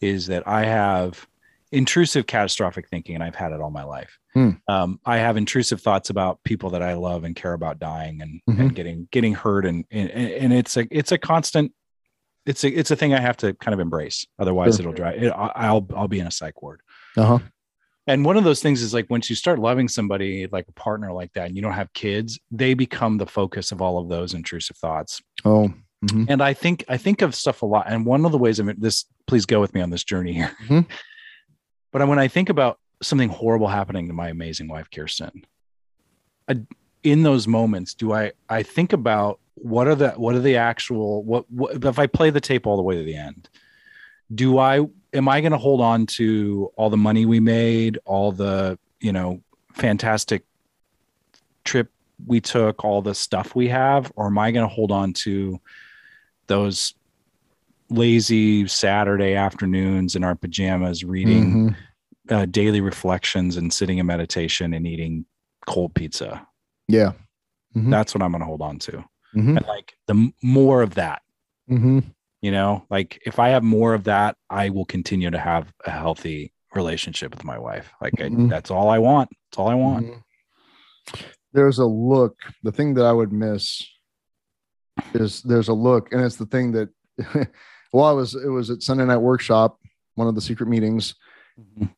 Speaker 2: is that I have intrusive catastrophic thinking and I've had it all my life.
Speaker 4: Hmm.
Speaker 2: Um, I have intrusive thoughts about people that I love and care about dying and,
Speaker 4: Mhm.
Speaker 2: and getting getting hurt and, and and it's a it's a constant it's a it's a thing I have to kind of embrace. Otherwise,
Speaker 4: Sure.
Speaker 2: it'll drive. It, I- I'll I'll be in a psych ward.
Speaker 4: uh-huh
Speaker 2: And one of those things is like once you start loving somebody like a partner like that, and you don't have kids, they become the focus of all of those intrusive thoughts
Speaker 4: oh mhm.
Speaker 2: and i think i think of stuff a lot and one of the ways i'm this please go with me on this journey here
Speaker 4: Mhm.
Speaker 2: but when i think about something horrible happening to my amazing wife kirsten I- in those moments do i i think about what are the what are the actual what, what if i play the tape all the way to the end do i am i going to hold on to all the money we made all the you know fantastic trip we took all the stuff we have or am i going to hold on to those lazy Saturday afternoons in our pajamas, reading
Speaker 4: Mhm.
Speaker 2: uh, daily reflections and sitting in meditation and eating cold pizza.
Speaker 4: yeah Mhm.
Speaker 2: That's what I'm going to hold on to.
Speaker 4: Mhm.
Speaker 2: And like the m- more of that,
Speaker 4: Mm-hmm.
Speaker 2: you know, like if I have more of that, I will continue to have a healthy relationship with my wife. Like I,
Speaker 4: Mhm.
Speaker 2: that's all I want. That's all I
Speaker 4: Mm-hmm.
Speaker 2: want.
Speaker 4: There's a look. The thing that I would miss is there's a look, and it's the thing that well, I was it was at Sunday night workshop, one of the secret meetings,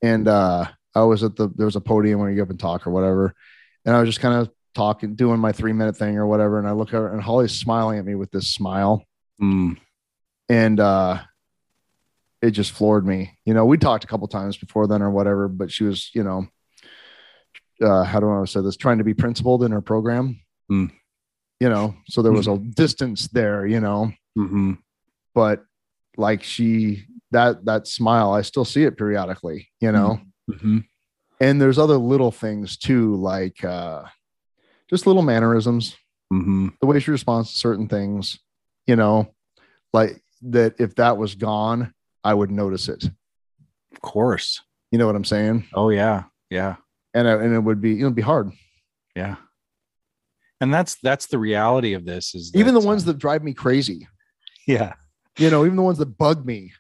Speaker 4: and uh I was at the there was a podium where you go up and talk or whatever, and I was just kind of talking, doing my three minute thing or whatever, and I look over and Holly's smiling at me with this smile,
Speaker 2: Mm,
Speaker 4: and uh it just floored me you know we talked a couple times before then or whatever but she was you know uh how do i say this trying to be principled in her program
Speaker 2: Mm.
Speaker 4: you know so there was a distance there you know
Speaker 2: mhm.
Speaker 4: but like she that that smile i still see it periodically you know
Speaker 2: Mhm.
Speaker 4: and there's other little things too like uh just little mannerisms
Speaker 2: Mhm.
Speaker 4: the way she responds to certain things, you know, like that if that was gone, I would notice it.
Speaker 2: Of course.
Speaker 4: You know what I'm saying?
Speaker 2: Oh yeah. Yeah.
Speaker 4: And I, and it would be it would be hard.
Speaker 2: Yeah. And that's that's the reality of this is
Speaker 4: Even the
Speaker 2: that,
Speaker 4: ones
Speaker 2: uh,
Speaker 4: that drive me crazy,
Speaker 2: yeah.
Speaker 4: you know, even the ones that bug me.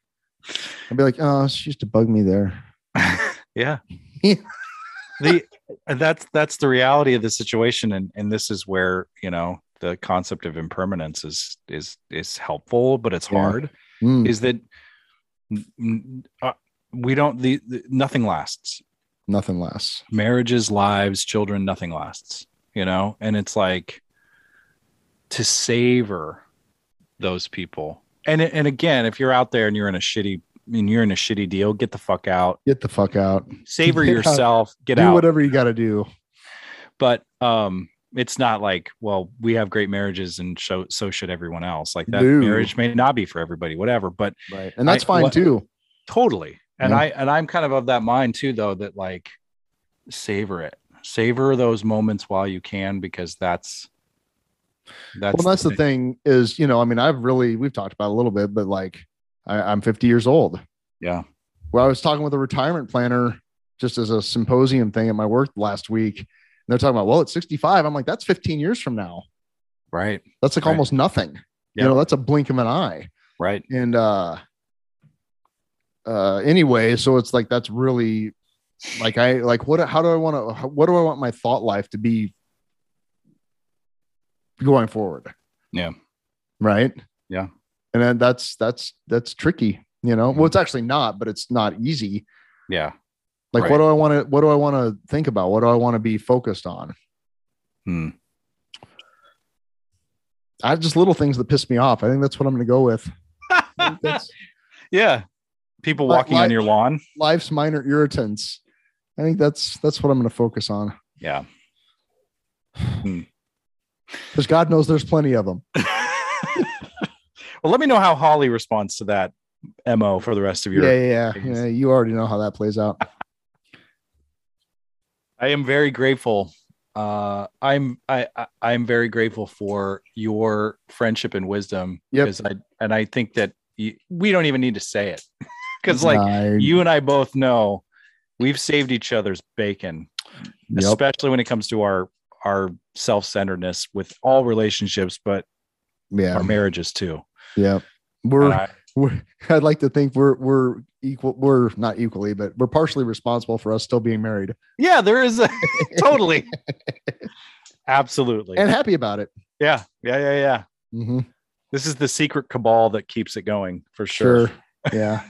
Speaker 4: I'd be like, oh, she used to bug me there.
Speaker 2: yeah. the and that's that's the reality of the situation and and this is where, you know, the concept of impermanence is is is helpful, but it's
Speaker 4: Yeah.
Speaker 2: hard
Speaker 4: Mm,
Speaker 2: is that n- n- uh, we don't the, the nothing lasts.
Speaker 4: nothing less.
Speaker 2: marriages, lives, children, nothing lasts, you know? And it's like to savor those people. And and again, if you're out there and you're in a shitty and you're in a shitty deal, get the fuck out.
Speaker 4: Get the fuck out.
Speaker 2: Savor
Speaker 4: Get out.
Speaker 2: yourself. Get
Speaker 4: do
Speaker 2: out.
Speaker 4: whatever you got to do.
Speaker 2: But um, it's not like, well, we have great marriages and so so should everyone else. Like that
Speaker 4: No.
Speaker 2: marriage may not be for everybody, whatever. But
Speaker 4: Right. And that's
Speaker 2: I-
Speaker 4: fine
Speaker 2: what-
Speaker 4: too.
Speaker 2: totally. And
Speaker 4: Yeah.
Speaker 2: I and I'm kind of of that mind too, though, that like savor it. Savor those moments while you can, because that's that's
Speaker 4: well, that's the thing is, you know, I mean, I've really, we've talked about it a little bit, but like I, I'm 50 years old.
Speaker 2: Yeah.
Speaker 4: Well, I was talking with a retirement planner just as a symposium thing at my work last week. And they're talking about, well, it's 65. I'm like, that's 15 years from now.
Speaker 2: right,
Speaker 4: That's like
Speaker 2: Right.
Speaker 4: almost nothing.
Speaker 2: Yeah.
Speaker 4: You know, that's a blink of an eye.
Speaker 2: right.
Speaker 4: And uh uh anyway, so it's like that's really like I like what how do I want to what do I want my thought life to be going forward?
Speaker 2: Yeah.
Speaker 4: Right?
Speaker 2: Yeah.
Speaker 4: And then that's that's that's tricky, you know. Well, it's actually not, but it's not easy
Speaker 2: Yeah.
Speaker 4: like
Speaker 2: Right.
Speaker 4: what do i want to what do i want to think about what do i want to be focused on
Speaker 2: Hmm.
Speaker 4: i just little things that piss me off i think that's what i'm going to go with I think that's-
Speaker 2: Yeah. People
Speaker 4: Like
Speaker 2: walking on
Speaker 4: life-
Speaker 2: your lawn.
Speaker 4: life's minor irritants i think that's that's what i'm going to focus on
Speaker 2: Yeah.
Speaker 4: because god knows there's plenty of them
Speaker 2: well, let me know how Holly responds to that MO for the rest of your.
Speaker 4: yeah yeah, yeah
Speaker 2: things.
Speaker 4: yeah you already know how that plays out
Speaker 2: I am very grateful. Uh, I'm I, I I'm very grateful for your friendship and wisdom.
Speaker 4: Yep.
Speaker 2: 'cause I and I think that you, we don't even need to say it because like
Speaker 4: I-
Speaker 2: you and I both know we've saved each other's bacon,
Speaker 4: yep.
Speaker 2: especially when it comes to our our self centeredness with all relationships, but our
Speaker 4: yeah
Speaker 2: marriages too.
Speaker 4: yeah
Speaker 2: And
Speaker 4: we're,
Speaker 2: I-
Speaker 4: we're i'd like to think we're we're equal we're not equally but we're partially responsible for us still being married
Speaker 2: Yeah, there is a totally. Absolutely.
Speaker 4: and happy about it
Speaker 2: yeah. Yeah. Yeah. Yeah.
Speaker 4: hmm
Speaker 2: This is the secret cabal that keeps it going for sure.
Speaker 4: Sure. Yeah.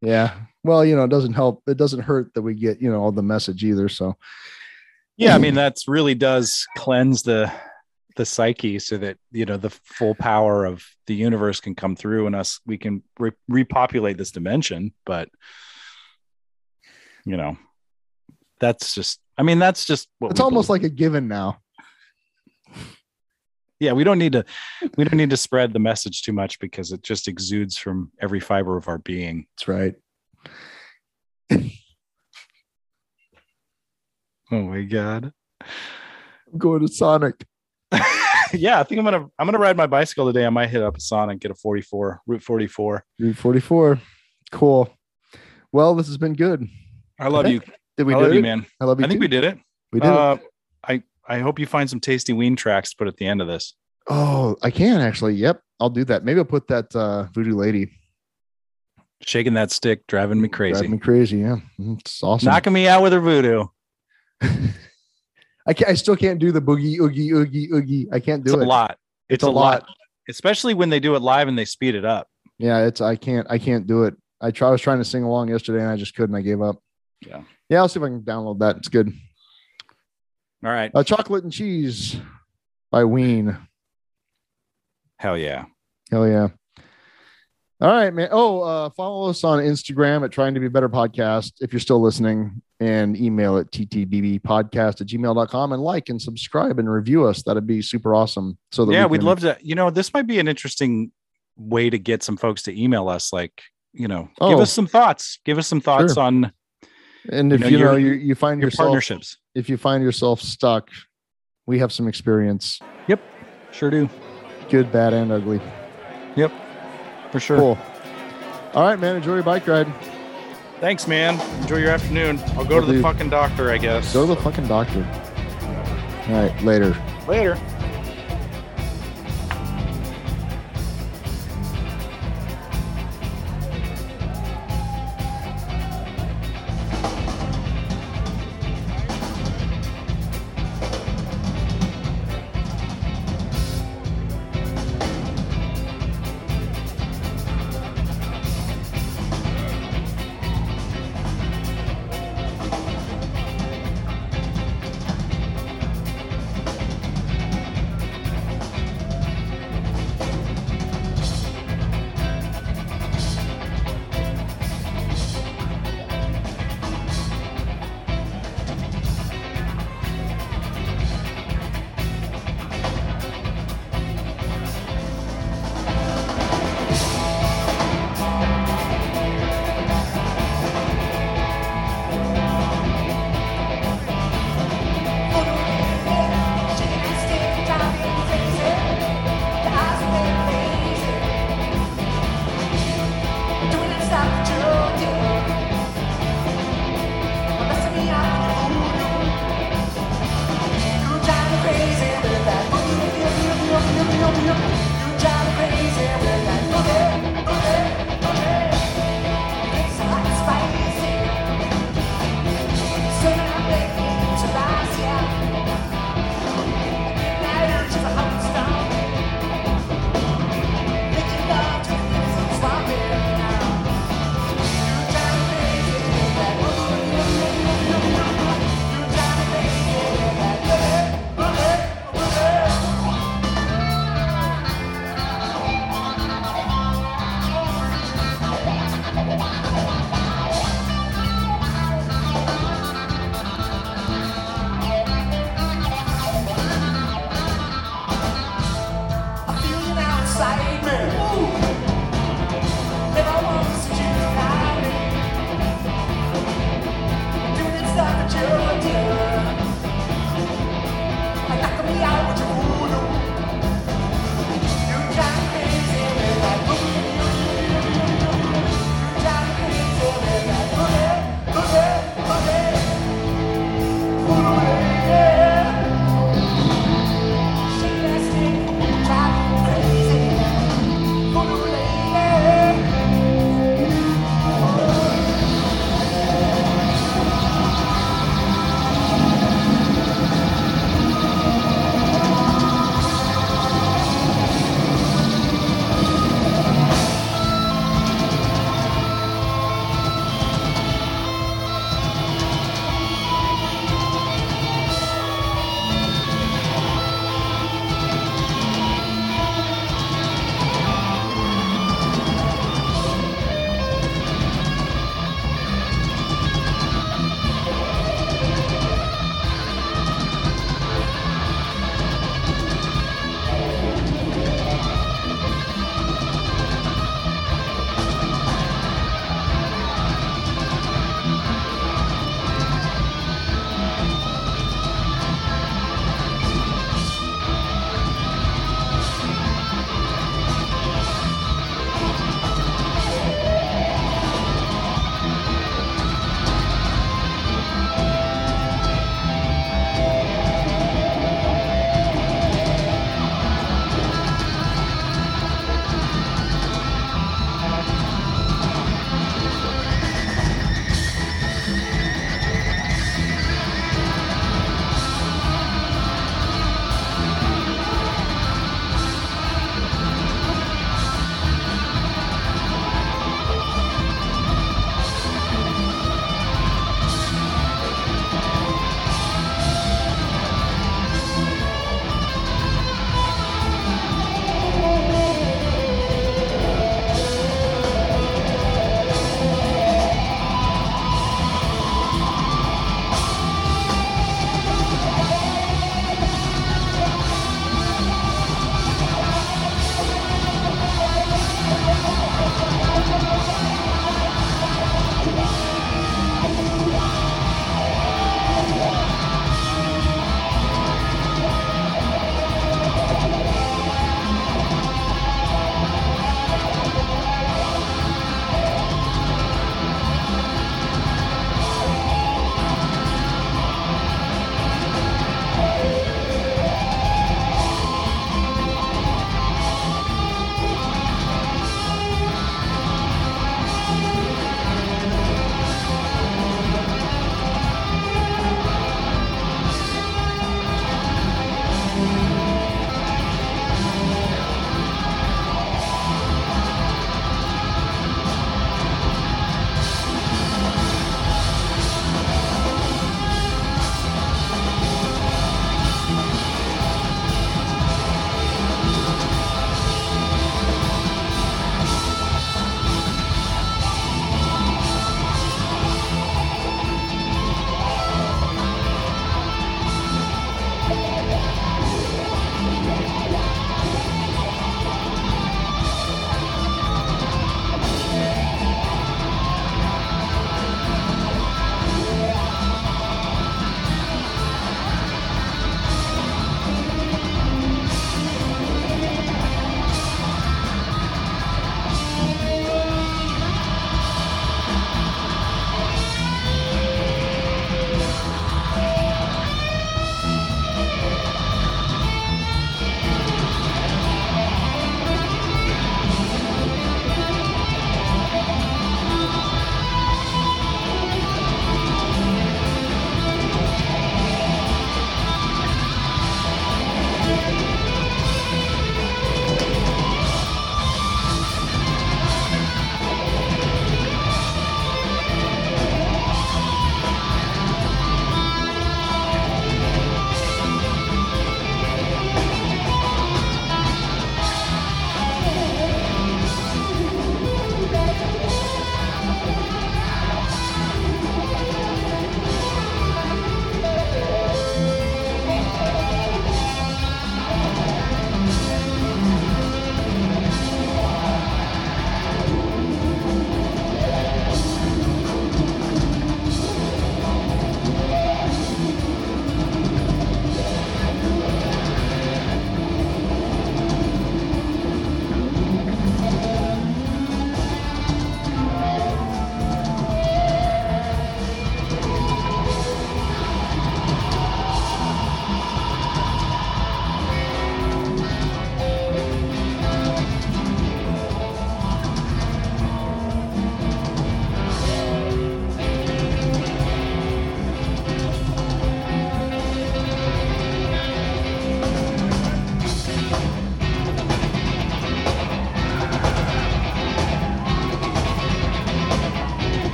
Speaker 4: yeah. Well, you know, it doesn't help. It doesn't hurt that we get, you know, all the message either. So
Speaker 2: Yeah. I mean, that's really does cleanse the the psyche so that you know the full power of the universe can come through and us we can re- repopulate this dimension but you know that's just i mean that's just what
Speaker 4: it's almost like a given now.
Speaker 2: yeah we don't need to we don't need to spread the message too much because it just exudes from every fiber of our being
Speaker 4: That's right.
Speaker 2: oh my god
Speaker 4: I'm going to Sonic.
Speaker 2: yeah i think i'm gonna i'm gonna ride my bicycle today i might hit up a sonic get a 44 route 44
Speaker 4: Route 44. Cool. Well, this has been good.
Speaker 2: i love you
Speaker 4: Did we
Speaker 2: i
Speaker 4: do
Speaker 2: love
Speaker 4: it?
Speaker 2: you man
Speaker 4: I love you.
Speaker 2: i think
Speaker 4: too.
Speaker 2: we did it
Speaker 4: we, did. it.
Speaker 2: uh, i i hope you find some tasty ween tracks to put at the end of this
Speaker 4: Oh, I can actually. Yep. I'll do that. Maybe I'll put that uh, voodoo lady
Speaker 2: shaking that stick driving me crazy
Speaker 4: Driving me crazy. Yeah. Mhm. It's awesome.
Speaker 2: knocking me out with her voodoo
Speaker 4: I, can't, I still can't do the boogie, oogie, oogie, oogie. I can't do
Speaker 2: it's
Speaker 4: it.
Speaker 2: a lot it's,
Speaker 4: a lot.
Speaker 2: especially when they do it live and they speed it up
Speaker 4: Yeah, it's I can't I can't do it. I try I was trying to sing along yesterday and I just couldn't. I gave up.
Speaker 2: Yeah.
Speaker 4: Yeah, I'll see if I can download that. It's good.
Speaker 2: all right
Speaker 4: Uh, Chocolate and Cheese by Ween.
Speaker 2: hell yeah
Speaker 4: Hell yeah. All right, man. Oh, uh, follow us on Instagram at Trying to Be Better Podcast if you're still listening, and email at ttbbpodcast at gmail.com and like and subscribe and review us. That'd be super awesome. So that
Speaker 2: yeah
Speaker 4: we
Speaker 2: we'd
Speaker 4: can-
Speaker 2: love to you know this might be an interesting way to get some folks to email us like you know give
Speaker 4: Oh.
Speaker 2: us some thoughts give us some thoughts
Speaker 4: Sure.
Speaker 2: on
Speaker 4: And if
Speaker 2: know,
Speaker 4: you know,
Speaker 2: your-
Speaker 4: you, you find
Speaker 2: your
Speaker 4: yourself
Speaker 2: partnerships
Speaker 4: if you find yourself stuck, we have some experience,
Speaker 2: sure do
Speaker 4: good, bad, and ugly.
Speaker 2: for sure
Speaker 4: Cool. All right, man. Enjoy your bike ride.
Speaker 2: thanks man enjoy your afternoon i'll go to
Speaker 4: Will
Speaker 2: the
Speaker 4: do.
Speaker 2: fucking doctor i guess
Speaker 4: Go to the fucking doctor. All right, later.
Speaker 2: later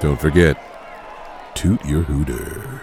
Speaker 1: Don't forget, toot your hooter.